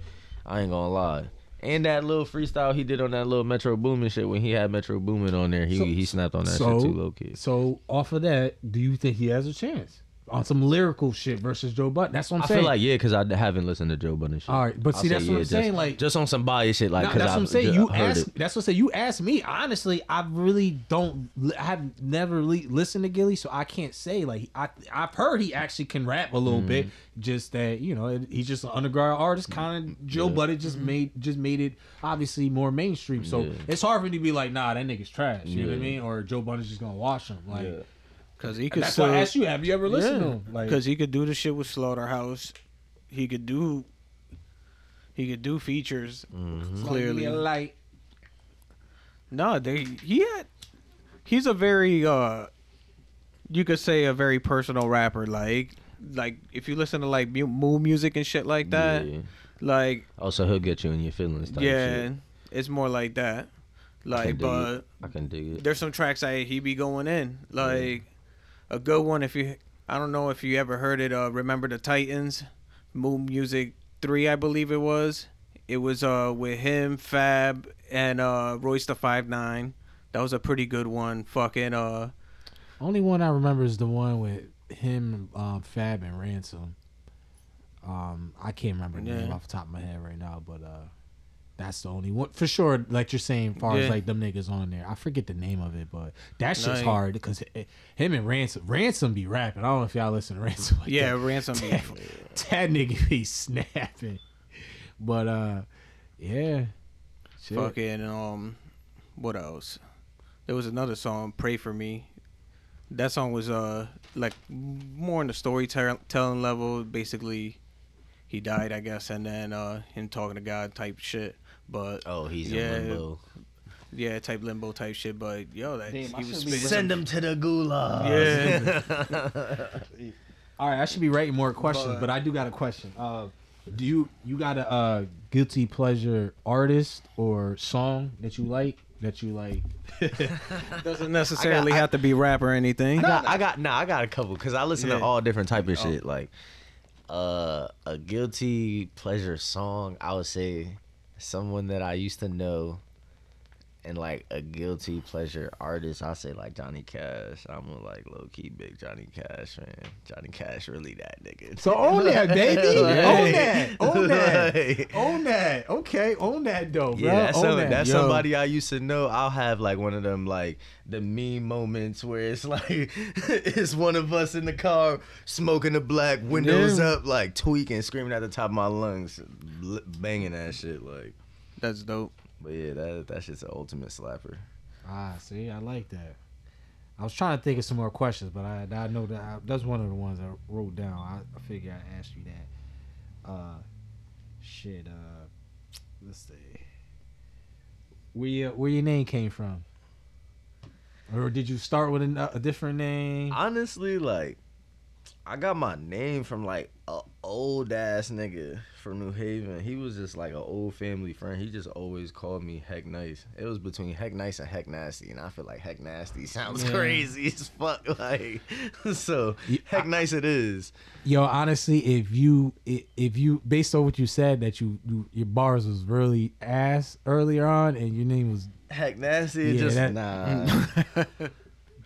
E: I ain't gonna lie. And that little freestyle he did on that little Metro Boomin shit when he had Metro Boomin on there, he
B: So-
E: he snapped on that
B: so,
E: shit too, low kid.
B: so off of that, do you think he has a chance on some lyrical shit versus Joe Button? That's what I'm
E: I
B: saying.
E: feel like yeah, because I haven't listened to Joe Budden shit.
B: All right, but see, that's what I'm
E: just,
B: saying, like-
E: just on some bias shit, like
B: Nah,
E: 'cause
B: that's what
E: I've
B: I'm saying.
E: ju-
B: You
E: heard it.
B: asked. That's what I say. You asked me honestly. I really don't. I have never le- listened to Gilly, so I can't say. Like I, I've heard he actually can rap a little
E: Mm.
B: bit. Just that you know, it, he's just an underground artist. Kind of Joe Budden just
A: Mm-hmm.
B: made just made it obviously more mainstream. So
E: Yeah.
B: it's hard for me to be like, nah, that nigga's trash. You know what I
E: Yeah.
B: mean? Or Joe Budden's just gonna wash him. Like
A: because he could.
B: that's
A: still-
B: why I asked you, have you ever listened to
A: uh, Yeah,
B: him? Like,
A: because he could do the shit with Slaughterhouse. He could do. He could do features.
B: Mm-hmm.
A: Clearly,
B: like
A: no, they he had. He's a very, uh you could say, a very personal rapper. Like, like if you listen to like mu- mood music and shit like that,
E: Yeah.
A: like
E: Also, he'll get you in your feelings. Type
A: yeah,
E: shit.
A: it's more like that.
E: I can
A: Like,
E: dig
A: but
E: it. I can dig it.
A: there's some tracks I he be going in like a good one if you I don't know if you ever heard it uh remember the Titans Moon Music 3 I believe it was it was uh with him Fab and uh Royce the 59 that was a pretty good one fucking uh
B: Only one I remember is the one with him, um, Fab, and Ransom. Um, I can't remember the name
A: Yeah.
B: off the top of my head right now, but uh, that's the only one for sure. Like you're saying, far as
A: Yeah.
B: like them niggas on there, I forget the name of it, but that shit's
A: Like-
B: hard because him and Ransom, Ransom be rapping. I don't know if y'all listen to Ransom. Like
A: yeah
B: that. <laughs>
A: Ransom
B: that, that nigga be <laughs> snapping. But uh, yeah, Shit.
A: fucking um what else there was another song Pray for Me that song was uh like more in the storytelling level basically he died I guess and then uh him talking to God type shit but
C: oh, he's
A: Yeah.
C: in limbo.
A: yeah type limbo type shit but yo that
B: Damn, I
A: he was
B: should be
A: spitting
C: Send him to the gulag.
A: yeah
B: All right, I should be writing more questions,
A: But-
B: but I do got a question. Uh, do you you got a uh, guilty pleasure artist or song that you like that you like?
A: <laughs> doesn't necessarily have to be rap or anything
C: I got, I got nah, I got a couple because I listen
A: Yeah.
C: to all different type
B: Oh.
C: of shit. Like uh, a guilty pleasure song, I would say someone that I used to know, and like a guilty pleasure artist, I say like Johnny Cash. I'm a like low key big Johnny Cash man. Johnny Cash really that nigga.
B: So own <laughs> that, baby. Own
C: <laughs>
B: that. <laughs>
C: Like-
B: Own that.
C: Like-
B: Own that. Okay, own that though, bro.
C: yeah, that's,
B: own
C: some,
B: that.
C: that's
A: Yo.
C: somebody I used to know. I'll have like one of them like the meme moments where it's <laughs> like it's one of us in the car smoking the black, windows
A: Yeah.
C: up, like tweaking, screaming at the top of my lungs, li- banging that shit. Like,
A: that's dope
C: but yeah, that that shit's an ultimate slapper.
B: Ah, see, I like that. I was trying to think of some more questions, but I, I know that I, that's one of the ones I wrote down. I, I figure I asked you that. Uh, shit. Uh, let's see. Where your where your name came from, or did you start with an, a different name?
C: Uh, Honestly, like, I got my name from like a old ass nigga from New Haven. He was just like an old family friend. He just always called me Heck Nice. It was between Heck Nice and Heck Nasty, and I feel like Heck Nasty sounds
B: Yeah.
C: crazy as fuck. <laughs> Like, so
B: Yeah,
C: Heck Nice it is.
B: Yo, honestly, if you i- if you based on what you said that you, you your bars was really ass earlier on, and your name was
C: Heck Nasty,
B: Yeah,
C: just
B: that-
C: nah.
B: <laughs>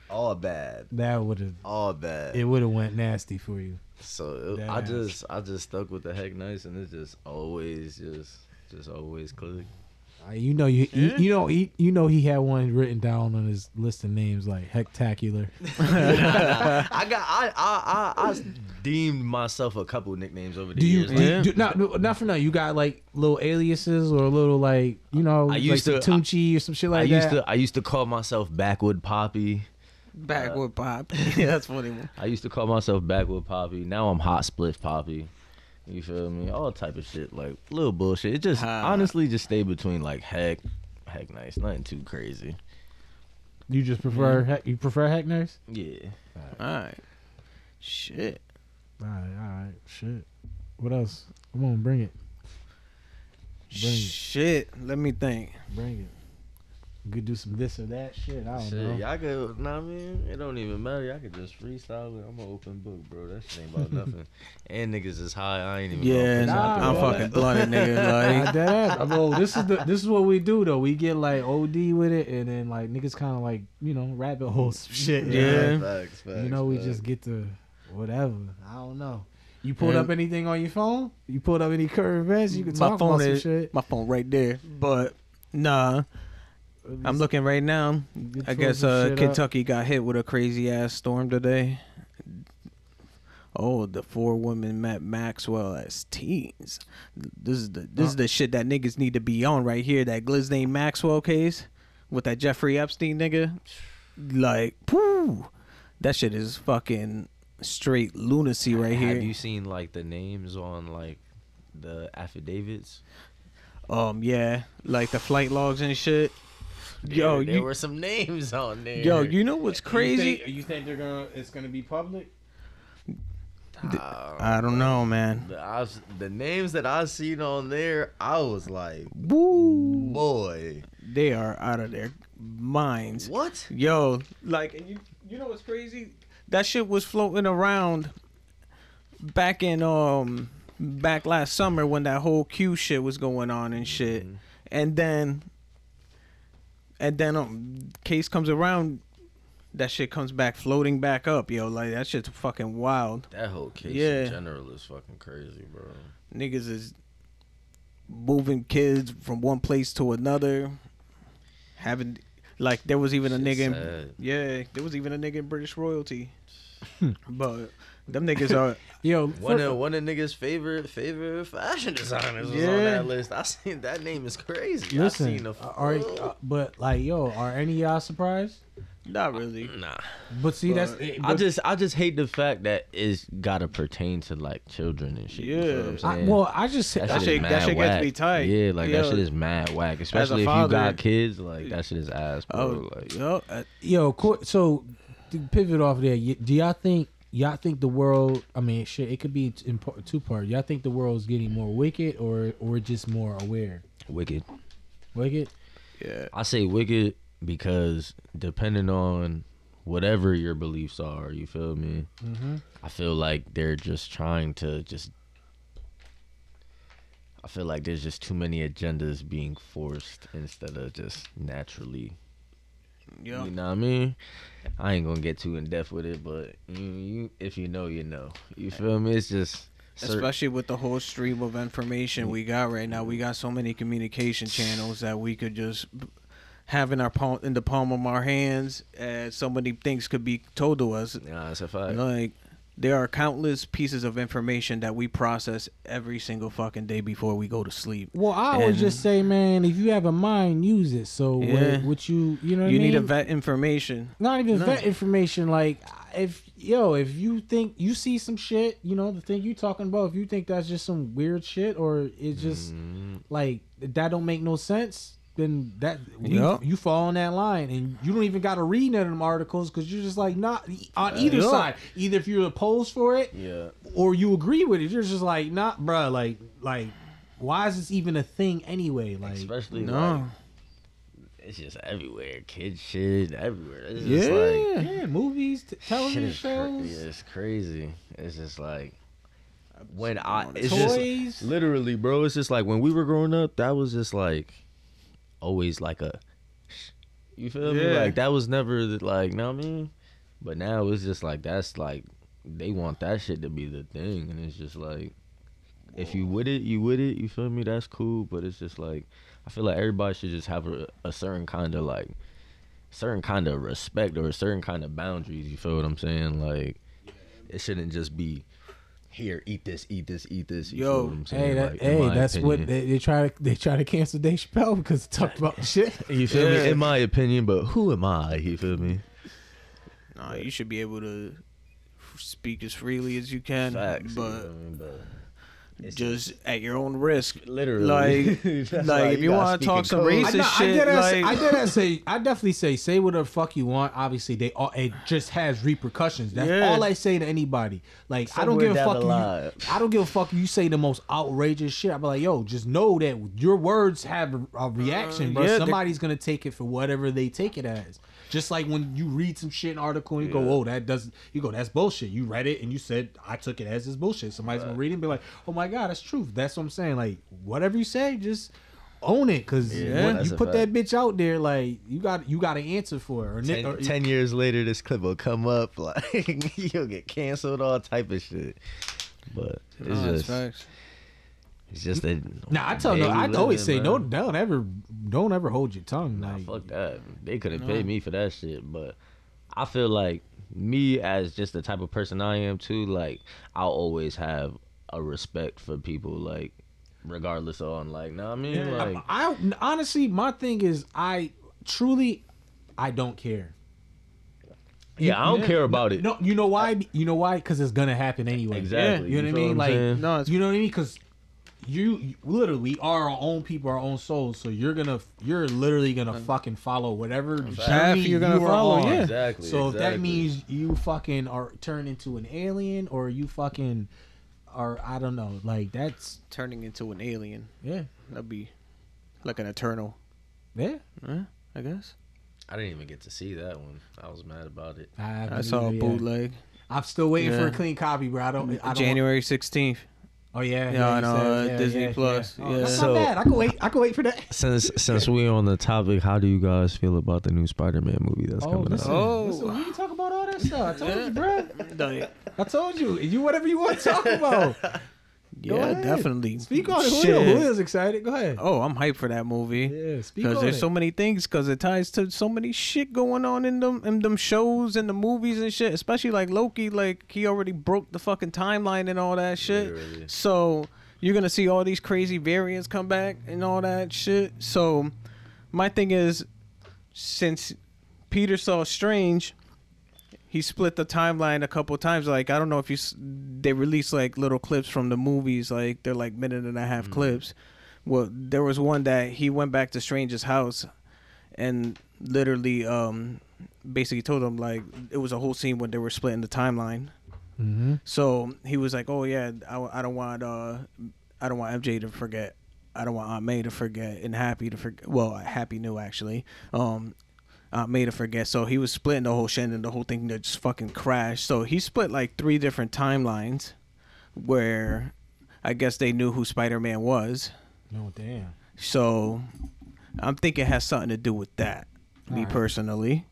C: all bad,
B: that would have
C: all bad.
B: it would have went nasty for you.
C: so it,
B: That
C: I
B: ass.
C: just, I just stuck with the Heck Nice, and it just always, just, just always clicked.
B: Uh, you know you you, you know he, you know he had one written down on his list of names like
C: <laughs>
B: hectacular.
C: I got I I I, I deemed myself a couple nicknames over the
B: Do you,
C: years.
B: do,
C: Like,
A: Yeah.
B: do, not no, not for now? You got like little aliases or little like you know
C: I
B: like
C: used
B: to,
C: to-
B: Tunchi or some shit
C: I
B: like
C: used
B: that.
C: to I used to call myself Backwood Poppy.
A: Backward pop. Uh, <laughs> yeah, that's funny. One.
C: I used to call myself Backwood Poppy. Now I'm Hot Split Poppy. You feel me? All type of shit, like little bullshit. It just
A: Ah.
C: honestly just stay between like heck, heck nice, nothing too crazy.
B: you just prefer Hec- you prefer Heckners?
C: Yeah.
A: All right. Shit.
B: All right, all right, shit. What else? Come on, bring it, Bring it.
A: Shit. Let me think.
B: bring it. You could do some this or that shit. I don't know.
C: Shit, y'all could, nah, I mean, it don't even matter. Y'all could just freestyle it. I'm an open book, bro. That shit ain't
B: <laughs>
C: about nothing. And niggas is high. I ain't even.
A: Yeah,
C: gonna
B: nah,
C: put y'all
A: I'm
C: through all
A: fucking
C: that.
A: blunted,
B: <laughs>
A: nigga.
B: Nah,
A: Like,
B: dead ass. Although this
C: <laughs>
B: is the this is what we do though. We get like OD with it, and then like niggas kind of like you know rabbit hole some shit. you
A: Yeah.
B: know?
C: Facts, facts,
B: you know we
C: facts.
B: just get to whatever. I don't know. You pulled
A: Yeah.
B: up anything on your phone? You pulled up any current events? You can
A: my
B: talk
A: phone
B: about
A: is
B: some shit.
A: my phone right there, but nah. I'm looking right now.
B: You
A: I
B: throw
A: guess
B: some
A: uh,
B: shit up.
A: Kentucky got hit with a crazy ass storm today. Oh, the four women met Maxwell as teens. This is the this is the shit that niggas need to be on right here. That Ghislaine Maxwell case with that Jeffrey Epstein nigga, like, poo, that shit is fucking straight lunacy right
C: Have
A: here.
C: you seen like the names on like the affidavits?
A: Um, yeah, like the flight logs and shit. Yo,
C: there, there
A: you,
C: were some names on there.
A: yo, you know what's crazy?
B: you think they're gonna? It's gonna be public?
C: Uh,
A: I don't know, man.
C: the, I was- the names that I seen on there, I was like,
A: Woo.
C: boy,
A: they are out of their minds.
C: what?
A: Yo, like, and you, you know what's crazy? That shit was floating around back in um back last summer when that whole Q shit was going on and shit, and then and then um case comes around, that shit comes back floating back up, yo. Like that shit's fucking wild.
C: That whole case
A: Yeah.
C: in general is fucking crazy, bro.
A: Niggas is moving kids from one place to another, having like there was even a
C: Shit's
A: nigga. In,
C: sad.
A: Yeah, there was even a nigga in British royalty.
C: Hmm.
A: but them niggas
C: <laughs>
A: are
B: Yo,
C: One
B: fir-
C: of one of niggas' favorite favorite fashion designers was
A: Yeah.
C: on that list. I seen that name is crazy. I seen
B: listen.
C: the
B: Are, uh, but like yo, are any of y'all surprised?
A: not really.
C: nah.
B: But see, that's
A: But-
B: it-
C: I
B: but-
C: just I just hate the fact that it's gotta pertain to like children and shit. You feel what I'm
A: Yeah.
B: I-
C: saying?
B: well, I just
C: That,
B: I-
C: shit,
A: shit-
C: is
A: that
C: mad
A: shit
C: whack.
A: gets me tight.
C: Yeah, like that
A: Yeah.
C: shit is mad whack. Especially if
A: father-
C: you got kids, like that shit is ass, bro.
A: Oh,
C: like,
A: yo, uh,
B: Yo, qu- so to pivot off there. y- Do y'all think y'all think the world? I mean, shit, it could be t- in part, two part. Y'all think the world's getting more wicked or or just more aware?
C: wicked.
B: Wicked.
A: yeah,
C: I say wicked because depending on whatever your beliefs are, you feel me?
B: Mm-hmm.
C: I feel like they're just trying to just. I feel like there's just too many agendas being forced instead of just naturally.
A: yo,
C: You know what I mean? I ain't gonna get too in depth with it, but you, you if you know, you know. You feel me? It's just. cer-
A: especially with the whole stream of information we got right now. We got so many communication channels that we could just have in our palm in the palm of our hands, and so many things could be told to us.
C: Nah, it's a fact.
A: Like there are countless pieces of information that we process every single fucking day before we go to sleep.
B: Well, I would
A: And-
B: just say, man, if you have a mind, use it. So what-
A: Yeah.
B: what, you you know what
A: You
B: I mean?
A: need to vet information.
B: Not even
A: No.
B: vet information. Like if yo, if you think you see some shit, you know the thing you talking about. If you think that's just some weird shit or it's just
C: Mm-hmm.
B: like that don't make no sense, then that we,
A: Yup.
B: you fall on that line and you don't even got to read none of them articles because you're just like not e, on either
A: Yeah.
B: side. Either if you're opposed for it
C: yeah.
B: or you agree with it, you're just like not, bruh, Like like why is this even a thing anyway? Like
C: Especially like,
A: No.
C: it's just everywhere. Kid shit everywhere. It's
A: Yeah.
C: just like.
B: yeah, movies, t-
C: Shit
B: television
C: is cra-
B: shows.
C: yeah, it's crazy. It's just like when
A: I-
C: I it's
B: Toys.
C: just literally, bro. It's just like when we were growing up, that was just like always like a you feel me?
A: Yeah.
C: Like that was never the- like, know what I mean? But now it's just like that's like they want that shit to be the thing, and it's just like if you with it, you with it. You feel me? That's cool. But it's just like I feel like everybody should just have a, a certain kind of like certain kind of respect or a certain kind of boundaries. You feel what I'm saying? Like it shouldn't just be here, eat this, eat this, eat this.
A: Yo,
C: You feel what I'm saying?
B: Hey, that,
C: Like, in
B: hey,
C: my
B: that's what
C: opinion.
B: they, they try to they try to cancel Dave Chappelle because he talked about shit.
C: <laughs>
B: <laughs>
C: you feel
A: Yeah.
C: me? In my opinion, but who am I? You feel me?
A: Nah, you should be able to speak as freely as you can,
C: Facts. you feel
A: but
C: me? But
A: just at your own risk.
C: literally,
A: Like,
C: That's
A: like,
C: why
A: if you
C: gotta
A: want to
C: speak
A: talk
C: in
A: some
C: code.
B: I,
A: racist
B: know, I
A: shit,
B: did ass-
A: like,
B: I did ass- say I definitely say say whatever the fuck you want. Obviously, they all it just has repercussions. That's
A: Yeah.
B: all I say to anybody. Like I
D: Somewhere
B: don't give a
D: down
B: fuck.
D: the line.
B: You, I don't give a fuck. You say the most outrageous shit. I'm like, yo, just know that your words have a, a reaction,
A: Uh,
B: bro.
A: yeah, they-
B: Somebody's gonna take it for whatever they take it as. Just like when you read some shit in an article and you go, oh, that doesn't. You go, that's bullshit. You read it and you said, I took it as this bullshit. Somebody's gonna read it and be like, oh my god, that's truth. That's what I'm saying. Like whatever you say, just. Own it, cause
D: Yeah,
B: when
D: that's
B: you
D: a
B: put that bitch out there, like you got you got an answer for it. Or, ni- or
D: Ten, ten years later, this clip will come up. <laughs> Like you'll get canceled, all type of shit. But it's
A: Nah, that's
D: just,
A: facts.
D: it's just that.
B: nah, I tell no,
D: daily
B: I always say
D: living,
B: no.
D: man.
B: Don't ever, don't ever hold your tongue.
C: Nah,
B: like,
C: fuck that. They could have paid me for that shit, but I feel like me as just the type of person I am too, like I'll always have a respect for people, like regardless on like, know what I mean? Like
B: I, I- honestly, my thing is, I truly, I don't care.
C: Yeah, I don't care about it.
B: No, you know why? You know why? Because it's gonna happen anyway.
C: Exactly.
B: You know
C: You
B: what I
C: feel what
B: mean? Like,
C: I'm saying?
A: No, it's-
B: you know what I mean? Because you, you literally are our own people, our own souls. So you're gonna, you're literally
C: Mm.
B: gonna fucking follow whatever
A: Path
B: journey
A: you're gonna
B: you are
A: follow,
B: on.
A: yeah.
C: Exactly,
B: So if that
C: exactly.
B: means you fucking are turned into an alien, or you fucking are, I don't know. Like that's
A: Turning into an alien,
B: yeah,
A: that'd be like an eternal,
B: yeah.
A: huh? I guess.
C: I didn't even get to see that one. I was mad about it.
B: I,
A: I saw a
B: believe it, yeah.
A: bootleg
B: I'm still waiting for
A: Yeah.
B: a clean copy, bro. I don't. I don't
A: January
B: <laughs>
A: sixteenth.
B: oh yeah.
A: Yeah,
B: yeah,
A: I
B: you
A: know,
B: said,
A: uh, Disney Plus,
B: Oh,
A: yeah.
B: that's not
C: So-
B: bad. I can wait. I can wait for that.
C: Since since we on the topic, how do you guys feel about the new Spider Man movie that's
B: Oh,
C: coming
B: listen,
C: out?
A: Oh.
B: listen, we can talk about all that stuff. I told you, bro.
A: Like,
B: I told you. You whatever you want
A: <laughs>
B: to talk about. Go
A: yeah,
B: ahead.
A: definitely.
B: Speak on it. Julio.
A: Shit.
B: Julio's excited. Go ahead.
A: Oh, I'm hyped for that movie.
B: Yeah, speak
A: Because
B: on
A: there's
B: it.
A: so many things, because it ties to so many shit going on in them, in them shows and the movies and shit. Especially like Loki, like he already broke the fucking timeline and all that shit.
C: Literally.
A: So you're gonna see all these crazy variants come back and all that shit. So my thing is, since Peter saw Strange, he split the timeline a couple times. Like I don't know if you, s- they released like little clips from the movies. Like they're like minute and a half clips. Well, there was one that he went back to Strange's house, and literally, um, basically told him like it was a whole scene when they were splitting the timeline. So he was like, "Oh yeah, I, I don't want uh, I don't want MJ to forget. I don't want Aunt May to forget, and Happy to forget. Well, Happy knew actually. Um, Aunt May to forget. So he was splitting the whole shit, and the whole thing that just fucking crashed. So he split like three different timelines, where I guess they knew who Spider Man was.
B: No, damn.
A: So I'm thinking it has something to do with that. me
B: Alright.
A: personally,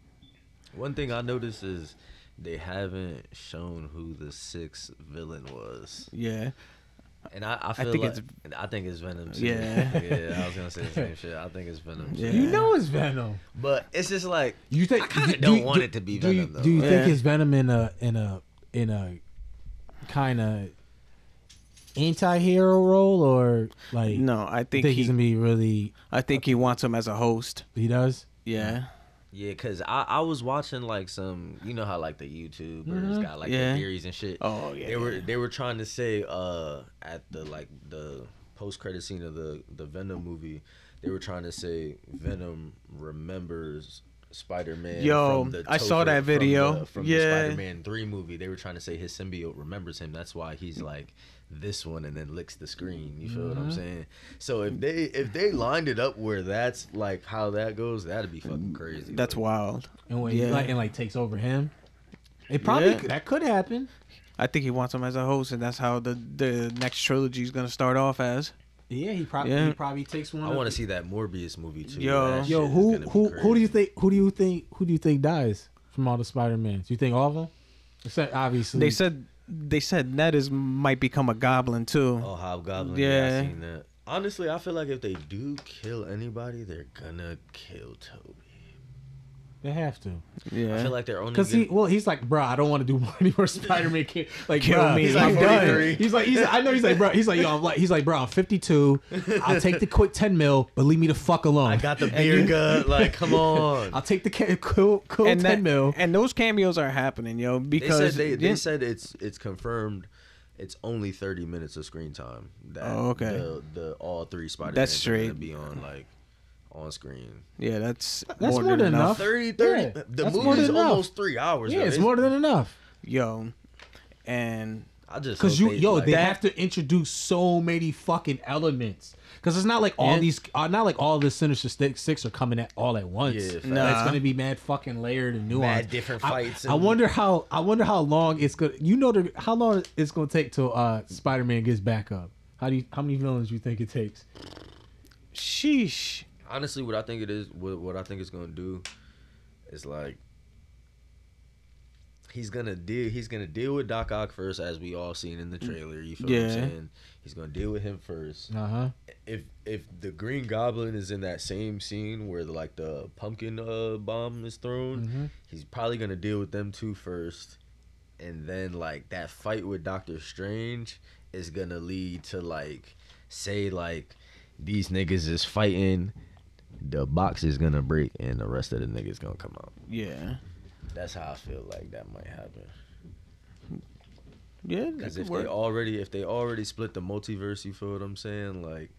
C: One thing I noticed is they haven't shown who the sixth villain was.
A: yeah.
C: And I, I feel
A: think
C: like
A: it's-
C: I think it's Venom. Too.
A: Yeah.
C: <laughs> yeah. I was gonna say the same shit. I think it's Venom. Too.
A: Yeah.
B: You know it's Venom.
C: But it's just like
B: You think?
C: I kinda
B: do-
C: don't
B: do-
C: want it to be
B: do you-
C: Venom, though.
B: Do you think
A: Yeah.
B: it's Venom in a in a in a kind of anti-hero role or like?
A: No, I
B: I
A: think,
B: think
A: he.
B: he's gonna be really.
A: I think he wants him as a host.
B: He does.
A: Yeah.
C: yeah, cause I, I was watching like some you know how like the YouTubers got like
A: Yeah.
C: the theories and shit.
A: Oh, yeah,
C: They were they were trying to say uh at the like the post credit scene of the the Venom movie, they were trying to say Venom remembers. Spider Man.
A: Yo, I saw that video.
C: From the, from
A: Yeah.
C: the Spider Man 3 movie, they were trying to say his symbiote remembers him. That's why
A: Mm-hmm.
C: he's like this one and then licks the screen. You feel what I'm saying? So if they if they lined it up where that's like how that goes, that'd be fucking crazy.
A: That's
C: like,
A: wild.
B: and when he,
A: Yeah.
B: like and like takes over him. It probably
A: Yeah.
B: could- that could happen.
A: I think he wants him as a host, and that's how the the next trilogy is gonna start off as.
B: Yeah, he probably
A: Yeah.
B: he probably takes one.
C: I
B: of-
C: want to see that Morbius movie too.
A: Yo.
C: That shit
B: Yo,
C: is
B: who
C: gonna be
B: who who do you
C: crazy.
B: think who do you think who do you think dies from all the Spider Mans? You think all of them? Except obviously
A: They said they said Ned is might become a goblin too.
C: Oh, Hobgoblin. Yeah.
A: Yeah.
C: I seen that. Honestly, I feel like if they do kill anybody, they're gonna kill Toby.
B: They have
A: Mm-hmm.
B: to,
C: I feel
A: yeah.
C: like they're only
B: cause
C: gonna-
B: he well he's like, bro, I don't want to do <laughs> any more Spider-Man. Kid. Like,
A: Kill
B: bruh,
A: me.
B: He's like,
A: I'm
B: done.
C: 43.
B: He's like, he's, I know. He's like, bro. He's like, yo, I'm like, he's like, bro, I'm 52. I'll take the quick 10 mil, but leave me the fuck alone.
C: I got
B: <laughs>
C: the beer gut. Like, come on.
B: I'll take the ca- cool, cool 10
A: And that,
B: mil.
A: and those cameos are happening, yo.
C: They
A: Because
C: said they, they
A: yeah,
C: said it's it's confirmed. It's only thirty minutes of screen time. That
A: Oh, okay.
C: The, the all three Spider
A: That's
C: going to
A: straight.
C: be on like on screen.
A: yeah, that's
B: That's more than enough.
C: 30,
B: Yeah,
C: 30 The
B: that's more
C: movie's
B: than enough.
C: almost three hours.
B: Yeah,
C: though.
B: it's more than enough.
A: yo. And
C: I just
B: Cause
C: hope
B: you
C: they,
B: yo,
C: like-
B: they have to introduce so many fucking elements. Cause it's not like all
A: Yeah.
B: these, uh, not like all the Sinister Six, six are coming at all at once.
C: Yeah,
B: Like, it's
A: Nah.
B: gonna be mad fucking layered and nuanced.
C: Mad different
B: I-
C: fights
B: I,
C: and-
B: wonder how. I wonder how long it's gonna. You know the how long it's gonna take till uh, Spider Man gets back up. How do you? How many villains you think it takes?
A: sheesh.
C: honestly, what I think it is, what, what I think it's gonna do, is like he's gonna deal. He's gonna deal with Doc Ock first, as we all seen in the trailer. You feel what
A: Yeah.
C: I'm saying? He's gonna deal with him first.
B: Uh huh.
C: If if the Green Goblin is in that same scene where the, like the pumpkin uh, bomb is thrown,
B: Mhm.
C: he's probably gonna deal with them two first, and then like that fight with Doctor Strange is gonna lead to like say like these niggas is fighting, the box is gonna break and the rest of the niggas gonna come out.
A: Yeah.
C: That's how I feel like that might happen.
A: Yeah, that
C: Because
A: could
C: if
A: work.
C: they already if they already split the multiverse, you feel what I'm saying? Like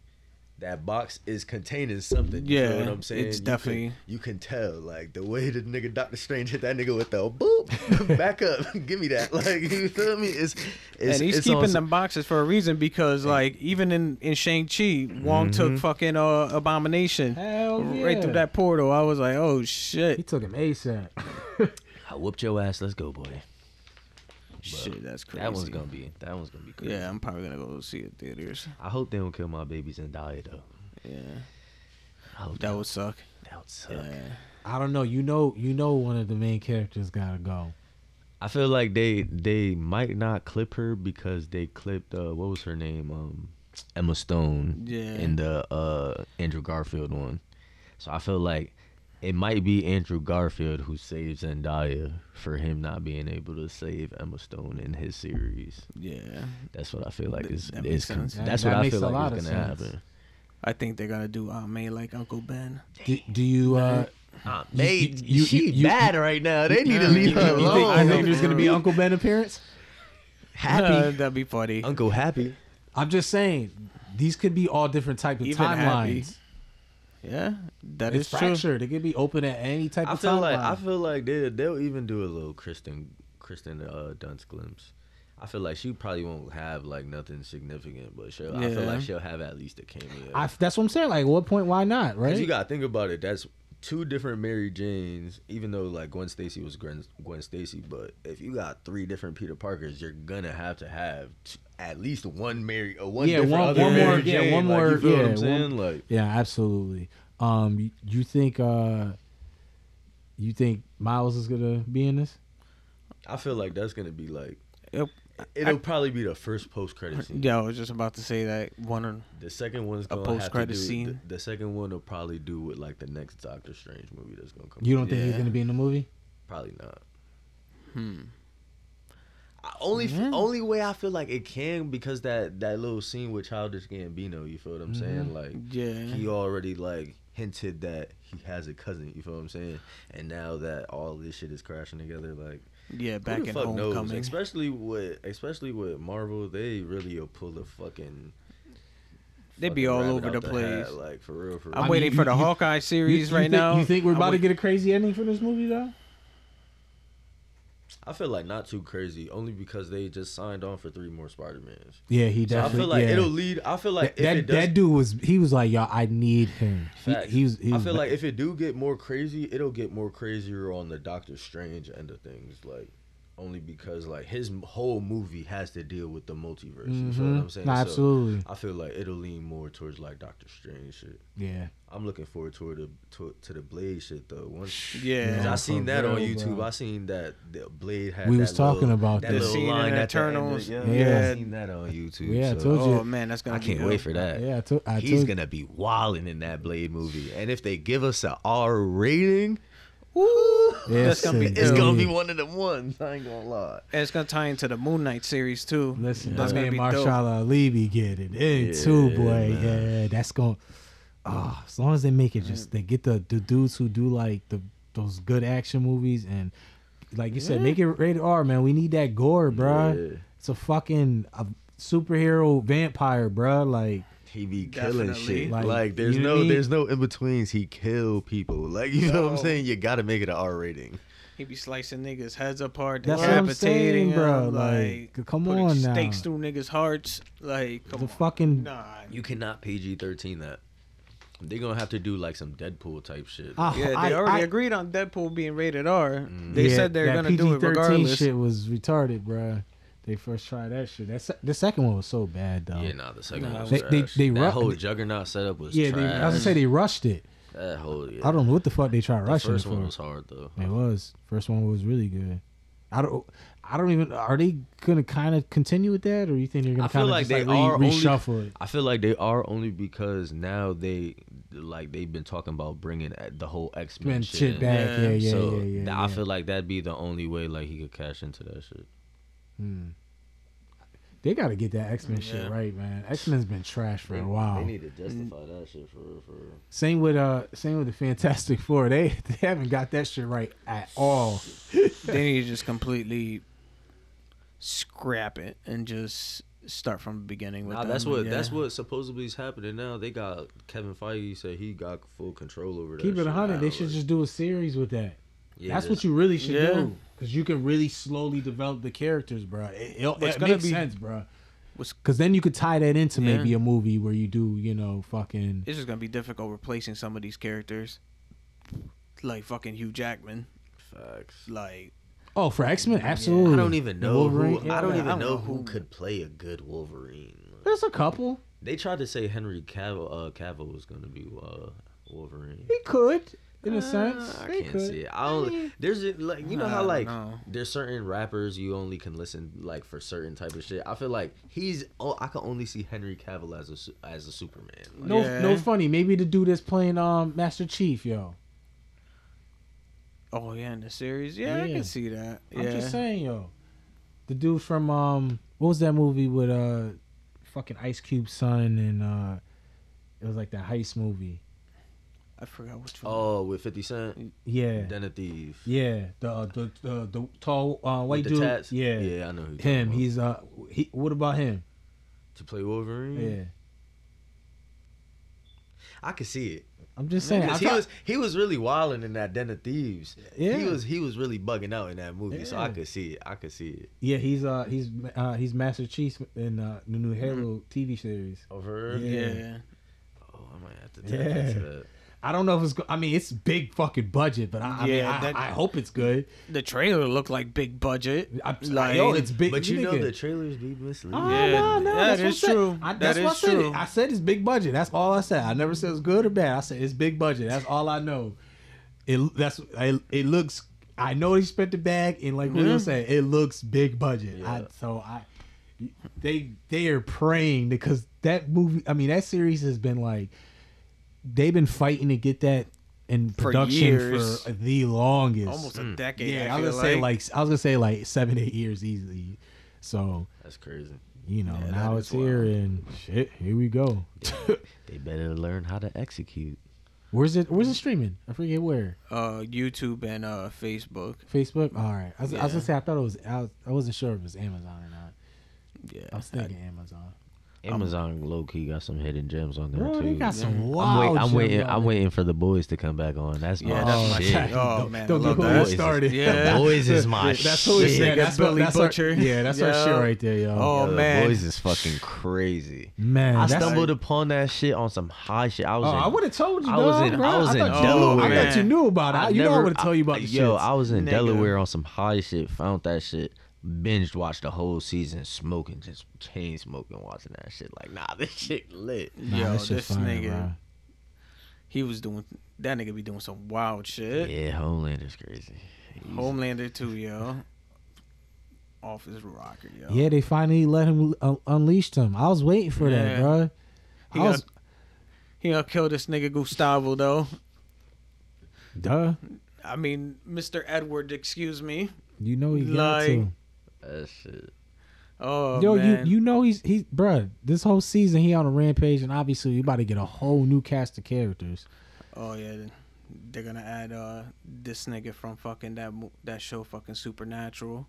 C: that box is containing something. You
A: Yeah,
C: feel what I'm saying?
A: it's
C: You
A: definitely-
C: can, you can tell like the way the nigga Doctor Strange hit that nigga with the boop <laughs> back up, give me that. <laughs> Like you feel me? It's it's
A: and he's
C: it's
A: keeping
C: on,
A: them boxes for a reason because, like, even in in Shang Chi, Wong took fucking uh, abomination
B: Hell yeah.
A: right through that portal. I was like, oh
B: He
A: shit,
B: took him ASAP.
C: I whooped your ass. Let's go, boy.
A: shit, that's crazy.
C: That one's gonna be that one's gonna be crazy.
A: Yeah, I'm probably gonna go see it theaters.
C: I hope they don't kill my babies and die though.
A: Yeah,
C: I hope
A: that would suck.
C: that would suck.
A: Yeah.
B: I don't know. You know. You know. One of the main characters gotta go.
C: I feel like they they might not clip her because they clipped uh what was her name um Emma Stone
A: Yeah.
C: in the uh Andrew Garfield one. So I feel like it might be Andrew Garfield who saves Zendaya for him not being able to save Emma Stone in his series.
A: Yeah,
C: That's what I feel like
A: Th-
C: is
A: that
C: is
A: makes
C: con-
A: sense.
B: That-
C: that's
B: that
C: what I
B: makes
C: feel
B: a
C: like
B: lot of
C: is gonna
B: sense.
C: happen.
A: I think they're gonna do Aunt May like Uncle Ben.
B: Do, do you? uh
C: Ah,
B: You- you- you- you- you-
C: right now. They need to
B: You, think- you think, you think there's gonna be Uncle Ben appearance?
A: Uh, <laughs>
C: Happy
A: that'd be funny.
C: Uncle Happy.
B: I'm just saying, these could be all different type of
A: Even happy.
B: timelines.
A: Yeah, that
B: It's
A: is true.
B: fractured. It could be open at any type
C: I
B: of
C: feel
B: timeline.
C: like I feel like they they'll even do a little Kristen Kristen uh, Dunst glimpse. I feel like she probably won't have like nothing significant, but she'll, I feel
A: Yeah.
C: like she'll have at least a cameo.
B: I- that's what I'm saying. Like, at what point? Why not?
C: 'Cause
B: Right?
C: you gotta think about it. That's two different Mary Janes. Even though like Gwen Stacy was Gwen, Gwen Stacy, but if you got three different Peter Parkers, you're gonna have to have t- at least one Mary, uh, one
B: Yeah,
C: different
B: one-
C: other
B: one
C: Mary
B: more- yeah,
C: Jane.
B: one
C: Like,
B: more-
C: You feel what
B: yeah,
C: I'm saying?
B: one-
C: like
B: yeah, absolutely. Um, you, you think uh, you think Miles is gonna be in this?
C: I feel like that's gonna be like
A: Yep.
C: it'll probably be the first post credit scene.
A: Yeah, I was just about to say that one. of-
C: The second one's gonna have to
A: post-credit
C: do,
A: scene.
C: The, the second one will probably do with like the next Doctor Strange movie that's gonna come.
B: You
C: out.
B: don't think he's
A: Yeah.
B: gonna be in the movie?
C: probably not.
A: hmm,
C: I only f- only way I feel like it can because that that little scene with Childish Gambino. You feel what I'm saying? Like
A: Mm-hmm. Yeah.
C: he already like hinted that he has a cousin. You feel what I'm saying? And now that all this shit is crashing together, like
A: Yeah, back
C: who the
A: in
C: fuck knows?
A: Homecoming.
C: Especially with especially with Marvel, they really will pull the fucking.
A: They be
C: fucking
A: all over
C: rabbit out
A: the
C: hat,
A: place.
C: like for real, for real.
A: I'm
B: mean,
A: waiting
B: you-
A: for the
B: you-
A: Hawkeye
B: You-
A: series
B: you
A: right
B: think-
A: now.
B: You think we're
A: I'm
B: about to
A: wait-
B: get a crazy ending for this movie, though?
C: I feel like not too crazy, only because they just signed on for three more Spider Mans.
B: Yeah, he
C: So I
B: definitely.
C: feel like
B: yeah.
C: it'll lead. I feel like
B: That,
C: if
B: that,
C: it does,
B: that dude was he was like, y'all, I need him. He,
C: Facts.
B: he was, he
C: I
B: was
C: feel like if it do get more crazy, it'll get more crazier on the Doctor Strange end of things. Like only because like his m- whole movie has to deal with the multiverse. You feel what I'm saying?
B: Mm-hmm. Nah,
C: So,
B: absolutely.
C: I feel like it'll lean more towards like Doctor Strange shit.
B: Yeah.
C: I'm looking forward to the to, to the Blade shit though. Once
A: Yeah.
C: 'cause I
B: for
C: seen that on
B: real,
C: YouTube.
B: bro.
C: I seen that the Blade had.
B: We
C: that
B: was talking
C: little-
B: about
C: that
B: this.
C: little
A: Scene in
C: line at the end of-
A: Eternals.
C: yeah,
B: Yeah.
C: I seen that on YouTube.
B: Yeah, I
C: so-
B: told you.
A: Oh man, that's gonna.
C: I
A: be
C: can't
A: dope.
C: wait for that.
B: Yeah, I told I
C: He's
B: told
C: gonna be wilding in that Blade movie, and if they give us an R rating,
A: That's gonna be
B: Yes,
C: it's
A: dope.
C: gonna
B: indeed.
C: be one of the ones. I ain't gonna lie.
A: And it's gonna tie into the Moon Knight series too.
B: Listen,
A: that's
B: that's
A: gonna
B: man,
A: be dope.
B: Marshall Ali be getting in
C: Yeah,
B: too, boy.
C: man.
B: Yeah, that's going. Oh, as long as they make it, just they get the the dudes who do like the those good action movies and, like you said, make it rated R, man. We need that gore, bruh.
C: Yeah.
B: It's a fucking a superhero vampire, bruh. Like
C: He be killing
A: Definitely.
C: shit.
B: Like,
C: Like, there's
B: you know
C: no
B: what I mean?
C: there's no in betweens. He kill people. Like you know what I'm saying? You gotta make it an R rating.
A: He be slicing niggas heads apart,
B: That's what I'm
A: decapitating
B: saying, bro,
A: them,
B: like, come
A: putting
B: on now.
A: stakes through niggas' hearts. Like, come
B: the
A: on.
B: fucking.
A: Nah,
C: You cannot PG thirteen that. They're gonna have to do like some Deadpool type shit.
B: I-
A: yeah, they
B: I-
A: already
B: I-
A: agreed on Deadpool being rated R. They
B: Yeah,
A: said they're
B: that
A: gonna do it
B: PG-13
A: regardless.
B: Shit was retarded, bruh. They first tried that shit. That se- the second one was so bad though.
C: yeah, nah, the second
A: Nah,
C: one was
B: they- they-
C: trash.
B: they
C: that
B: ru-
C: whole juggernaut setup was
B: yeah
C: trash.
B: they, I was gonna say they rushed it.
C: that whole yeah.
B: I don't know what the fuck they tried
C: the
B: rushing
C: first
B: it
C: one
B: for.
C: was hard though.
B: It was. First one was really good. I don't. I don't even. Are they gonna kind of continue with that, or you think they're
C: I
B: gonna
C: feel
B: kind of
C: like
B: like,
C: they
B: re-
C: are only-
B: reshuffle it?
C: I feel like they are only because now they like they've been talking about bringing the whole X Men
B: Man,
C: shit,
B: shit
C: in.
B: back. Yeah, yeah, yeah,
C: so
B: yeah. yeah,
C: th- I feel like that'd be the only way like he could cash into that shit.
B: Hmm. They gotta get that X Men
A: Yeah.
B: shit right, man. X Men's been trash for a while.
C: to justify that shit for for.
B: Same with uh, same with the Fantastic Four. They <laughs> they haven't got that shit right at all.
A: they need to just completely scrap it and just start from the beginning with
C: Nah,
A: them,
C: that's what that's
A: yeah.
C: what supposedly is happening now. They got Kevin Feige said he got full control over that.
B: Keep it
C: shit
B: a hundred.
C: now,
B: They should
C: like,
B: just do a series with that.
C: yeah,
B: That's
C: just-
B: what you really should
A: Yeah.
B: do because you can really slowly develop the characters, bro. It, it'll-
A: It's
B: it
A: gonna
B: makes
A: be-
B: sense, bro.
A: what's-
B: Because then you could tie that into
A: Yeah.
B: maybe a movie where you do, you know, fucking
A: It's just gonna be difficult replacing some of these characters, like fucking Hugh Jackman.
C: facts.
A: Like,
B: oh for X Men, absolutely.
C: I don't even know who.
B: Wolverine, yeah,
C: I don't
B: I
C: even
A: don't
C: know
A: know
C: who
A: who-
C: could play a good Wolverine.
B: There's a couple.
C: They tried to say Henry Cavill, uh, Cavill was gonna be uh, Wolverine.
B: He could, in a
C: Uh,
B: sense.
C: I
B: They
C: can't
B: could.
C: see it. I only there's a- like you know
A: I
C: how
A: don't
C: like
A: know.
C: there's certain rappers you only can listen like for certain type of shit. I feel like he's oh I can only see Henry Cavill as a su- as a Superman. Like,
B: No,
A: Yeah.
B: no funny. Maybe the dude that's playing um Master Chief, yo.
A: oh yeah, in the series, yeah, I
B: Yeah.
A: can see that. Yeah,
B: I'm just saying, yo. The dude from um what was that movie with uh fucking Ice Cube son and uh it was like that heist movie.
A: I forgot which one.
C: Oh, with Fifty Cent,
B: Yeah.
C: then a thief.
B: Yeah, the uh, the the, the tall uh,
C: With
B: white
C: the
B: dude.
C: tats.
B: Yeah.
C: yeah, I know who you're
B: him.
C: talking
B: He's uh, he. What about him?
C: about. to play Wolverine.
B: Yeah,
C: I could see it.
B: I'm just saying.
C: 'Cause
B: I
C: he
B: thought-
C: was he was really wilding in that Den of Thieves.
B: Yeah.
C: he was he was really bugging out in that movie. So I
B: Yeah.
C: could see it. I could see it.
B: yeah, he's uh, he's uh, he's Master Chief in uh, the
C: Mm-hmm.
B: new Halo TV series.
C: Over.
A: yeah.
C: Oh, I might have to
B: Yeah.
C: tap into that.
B: I don't know if it's. Go- I mean, it's big fucking budget, but I, I mean,
A: Yeah,
B: I,
A: that-
B: I hope it's good.
A: the trailer looked like big budget.
B: I,
A: like,
B: yo, it's big.
C: But you know
B: nigga.
C: the trailers be misleading.
B: Oh,
A: Yeah,
B: no, no,
A: that
B: that's what
A: is
B: I said.
A: true.
B: I,
A: That
B: that's what I
A: is
B: said.
A: true.
B: I said it's big budget. That's all I said. I never said it's good or bad. I said it's big budget. That's all I know. It that's it, it looks. I know they spent the bag, and like we
A: Yeah.
B: were saying, it looks big budget. I,
C: Yeah.
B: so I, they they are praying because that movie. I mean, that series has been like they've been fighting to get that in
A: For
B: production for,
A: years.
B: the longest. Mm.
A: almost a decade.
B: yeah,
A: I,
B: I, was
A: feel
B: gonna say like I was gonna say like seven eight years easily. So
C: That's crazy.
B: you know,
C: Yeah,
B: now
C: that
B: it's
C: is wild.
B: here and shit, here we go.
C: They better learn how to execute.
B: <laughs> Where's it where's it streaming? I forget where.
A: uh, YouTube and uh, Facebook.
B: Facebook? All right. I was, I was
A: Yeah.
B: gonna say I thought it was I, was, I wasn't sure if it was Amazon or not.
A: Yeah,
B: I was thinking Amazon.
C: Amazon low key got some hidden gems on there
B: Bro,
C: too.
B: they got some
C: I'm, wait,
B: wild.
C: I'm
B: shit
C: waiting.
B: on
C: I'm
B: it.
C: waiting for the boys to come back on. That's my
A: Yeah, that's my
C: shit.
A: shit. Oh man,
B: Don't
A: I love
B: get me
A: that.
B: started.
A: Yeah.
B: <laughs>
C: The boys is my
B: That's who
C: shit.
B: it's yeah,
A: Nigga,
B: that's what-
A: Billy
B: that's our-
A: Butcher.
B: yeah, that's our shit
A: Yo.
B: right there, yo.
A: Oh
C: Yo, the
A: man,
C: boys is fucking crazy.
B: man,
C: I
B: that's-
C: stumbled upon that shit on some high shit. I was
B: Oh,
C: in,
B: I would have told you.
C: I was
B: dog,
C: in-
B: bro.
C: I was in
B: thought you knew- I
A: Delaware.
B: thought you knew about it.
C: I
B: I- you know, I
C: never-
B: would have told you about the
C: Yo,
B: shits.
C: I was in
A: Nigga.
C: Delaware on some high shit. Found that shit. Binged watched the whole season, smoking, just chain smoking, watching that shit. Like, nah, <laughs> this shit lit.
B: Nah,
A: yo,
B: that shit
A: this
B: fire,
A: nigga,
B: bro.
A: he was doing that nigga be doing some wild shit.
C: Yeah, Homelander's crazy.
A: Homelander too, yo. Off his rocker, yo.
B: Yeah, they finally let him uh, unleashed him. I was waiting for that,
A: Yeah.
B: bro.
A: He
B: I was
A: He gonna kill this nigga Gustavo though.
B: duh.
A: I mean, Mr. Edward, excuse me.
B: You know he got
A: Like,
B: to.
C: That shit.
A: Oh
B: Yo,
A: man.
B: you you know he's he, bruh, This whole season he on a rampage, and obviously you about to get a whole new cast of characters.
A: Oh yeah, they're gonna add uh this nigga from fucking that mo- that show fucking Supernatural.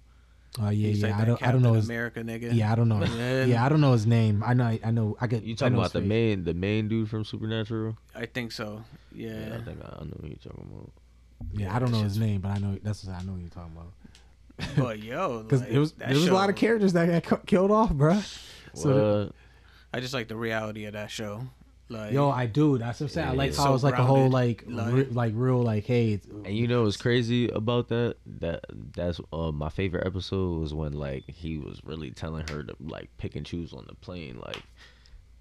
B: Oh yeah,
A: He's
B: yeah.
A: like that
B: I don't I don't
A: Captain
B: know his
A: America nigga.
B: yeah I don't know
A: Yeah.
B: <laughs> yeah I don't know his name. I know I know I get
C: You
B: I
C: talking
B: know
C: about
B: his
C: the
B: face.
C: main, the main dude from Supernatural?
A: I think so. Yeah.
C: Yeah, I think I, I know who you talking about.
B: Yeah, I don't know his name, but I know that's what I know what you're talking about.
A: But yo,
B: Because
A: like,
B: it was
A: that
B: there was a
A: show-
B: lot of characters that got cu- killed off, bruh. So the-
C: What?
A: I just like the reality of that show. Like
B: Yo, I do. That's what I'm saying. I like
A: it's
B: how
A: so
B: it was like a whole like
A: grounded,
B: like,
A: like-
B: like real like hey, it's-
C: And you know what's crazy about that? That that's uh, my favorite episode was when like he was really telling her to like pick and choose on the plane. Like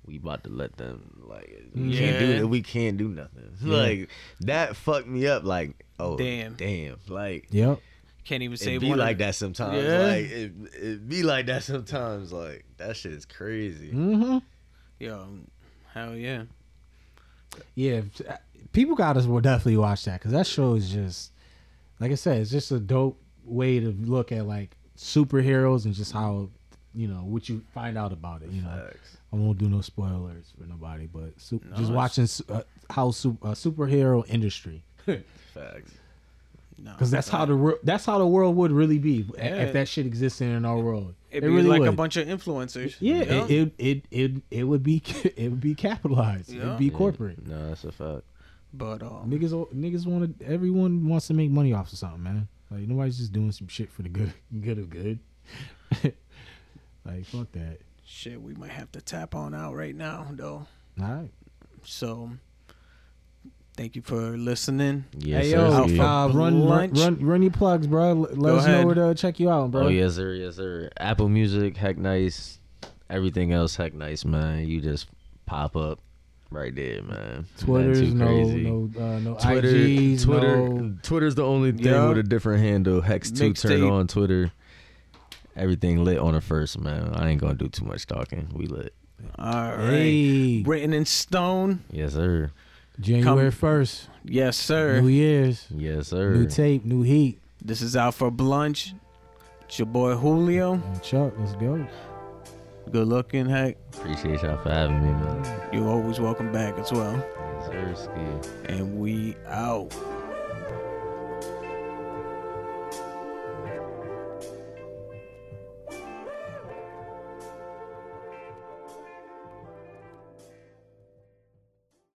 C: we about to let them like we can't do
A: Yeah.
C: it. We can't do nothing. <laughs> Like that fucked me up. Like oh
A: Damn.
C: damn, damn. Like
B: yep.
A: can't even say
C: it be
A: one of
C: like
A: the-
C: that sometimes.
A: Yeah.
C: Like it, it be like that sometimes. Like that shit is crazy.
B: Mm-hmm.
A: Yo, hell yeah.
B: Yeah, people got us will definitely watch that because that show is just like I said, it's just a dope way to look at like superheroes and just how you know what you find out about
A: Mm.
B: it. You know,
C: Facts.
B: I won't do no spoilers for nobody, but su-
A: No,
B: just
A: it's-
B: watching su- uh, how su- uh, superhero industry. <laughs>
C: Facts.
A: No,
B: Because that's how the wor- that's how the world would really be i-
A: Yeah.
B: if that shit existed in our world.
A: it'd
B: It
A: be
B: really
A: like a
B: would.
A: bunch of influencers.
B: Yeah,
A: yo.
B: it, it it it it would be <laughs> it would be capitalized. It'd
A: Yeah.
B: be
A: Yeah.
B: corporate.
C: No, that's a fact.
A: but um,
B: Niggas o- niggas want to. Everyone wants to make money off of something, man. Like nobody's just doing some shit for the good <laughs> good of good. like fuck that.
A: shit, we might have to tap on out right now though.
B: All right.
A: So, thank you for listening.
C: Yes,
B: hey
C: sir.
B: yo,
A: Alpha
B: uh, run, run
A: Lunch.
B: run run your plugs, bro. L- Let
A: Go
B: us
A: ahead.
B: know where to check you out, bro.
C: Oh yes sir, yes sir. Apple Music, heck nice. Everything else, heck nice, man. You just pop up right there, man.
B: Twitter's
C: Nothing too
B: no
C: crazy.
B: no uh, no
C: Twitter,
B: IGs,
C: Twitter,
B: no-
C: Twitter's the only thing
A: Yeah.
C: with a different handle. Hex two turn
A: Mixtape.
C: on Twitter. Everything lit on the first, man. I ain't gonna do too much talking. We lit.
A: All right.
B: Hey,
A: Written in stone.
C: Yes sir.
B: January
A: come-
B: first,
A: Yes, sir.
B: New Year's,
C: Yes sir.
B: new tape, new heat.
A: This is out for Blunch. It's your boy Julio.
B: And Chuck, let's go.
A: Good looking, heck.
C: Appreciate y'all for having me, man.
A: You're always welcome back as well.
C: Yes sir. Ski.
A: And we out.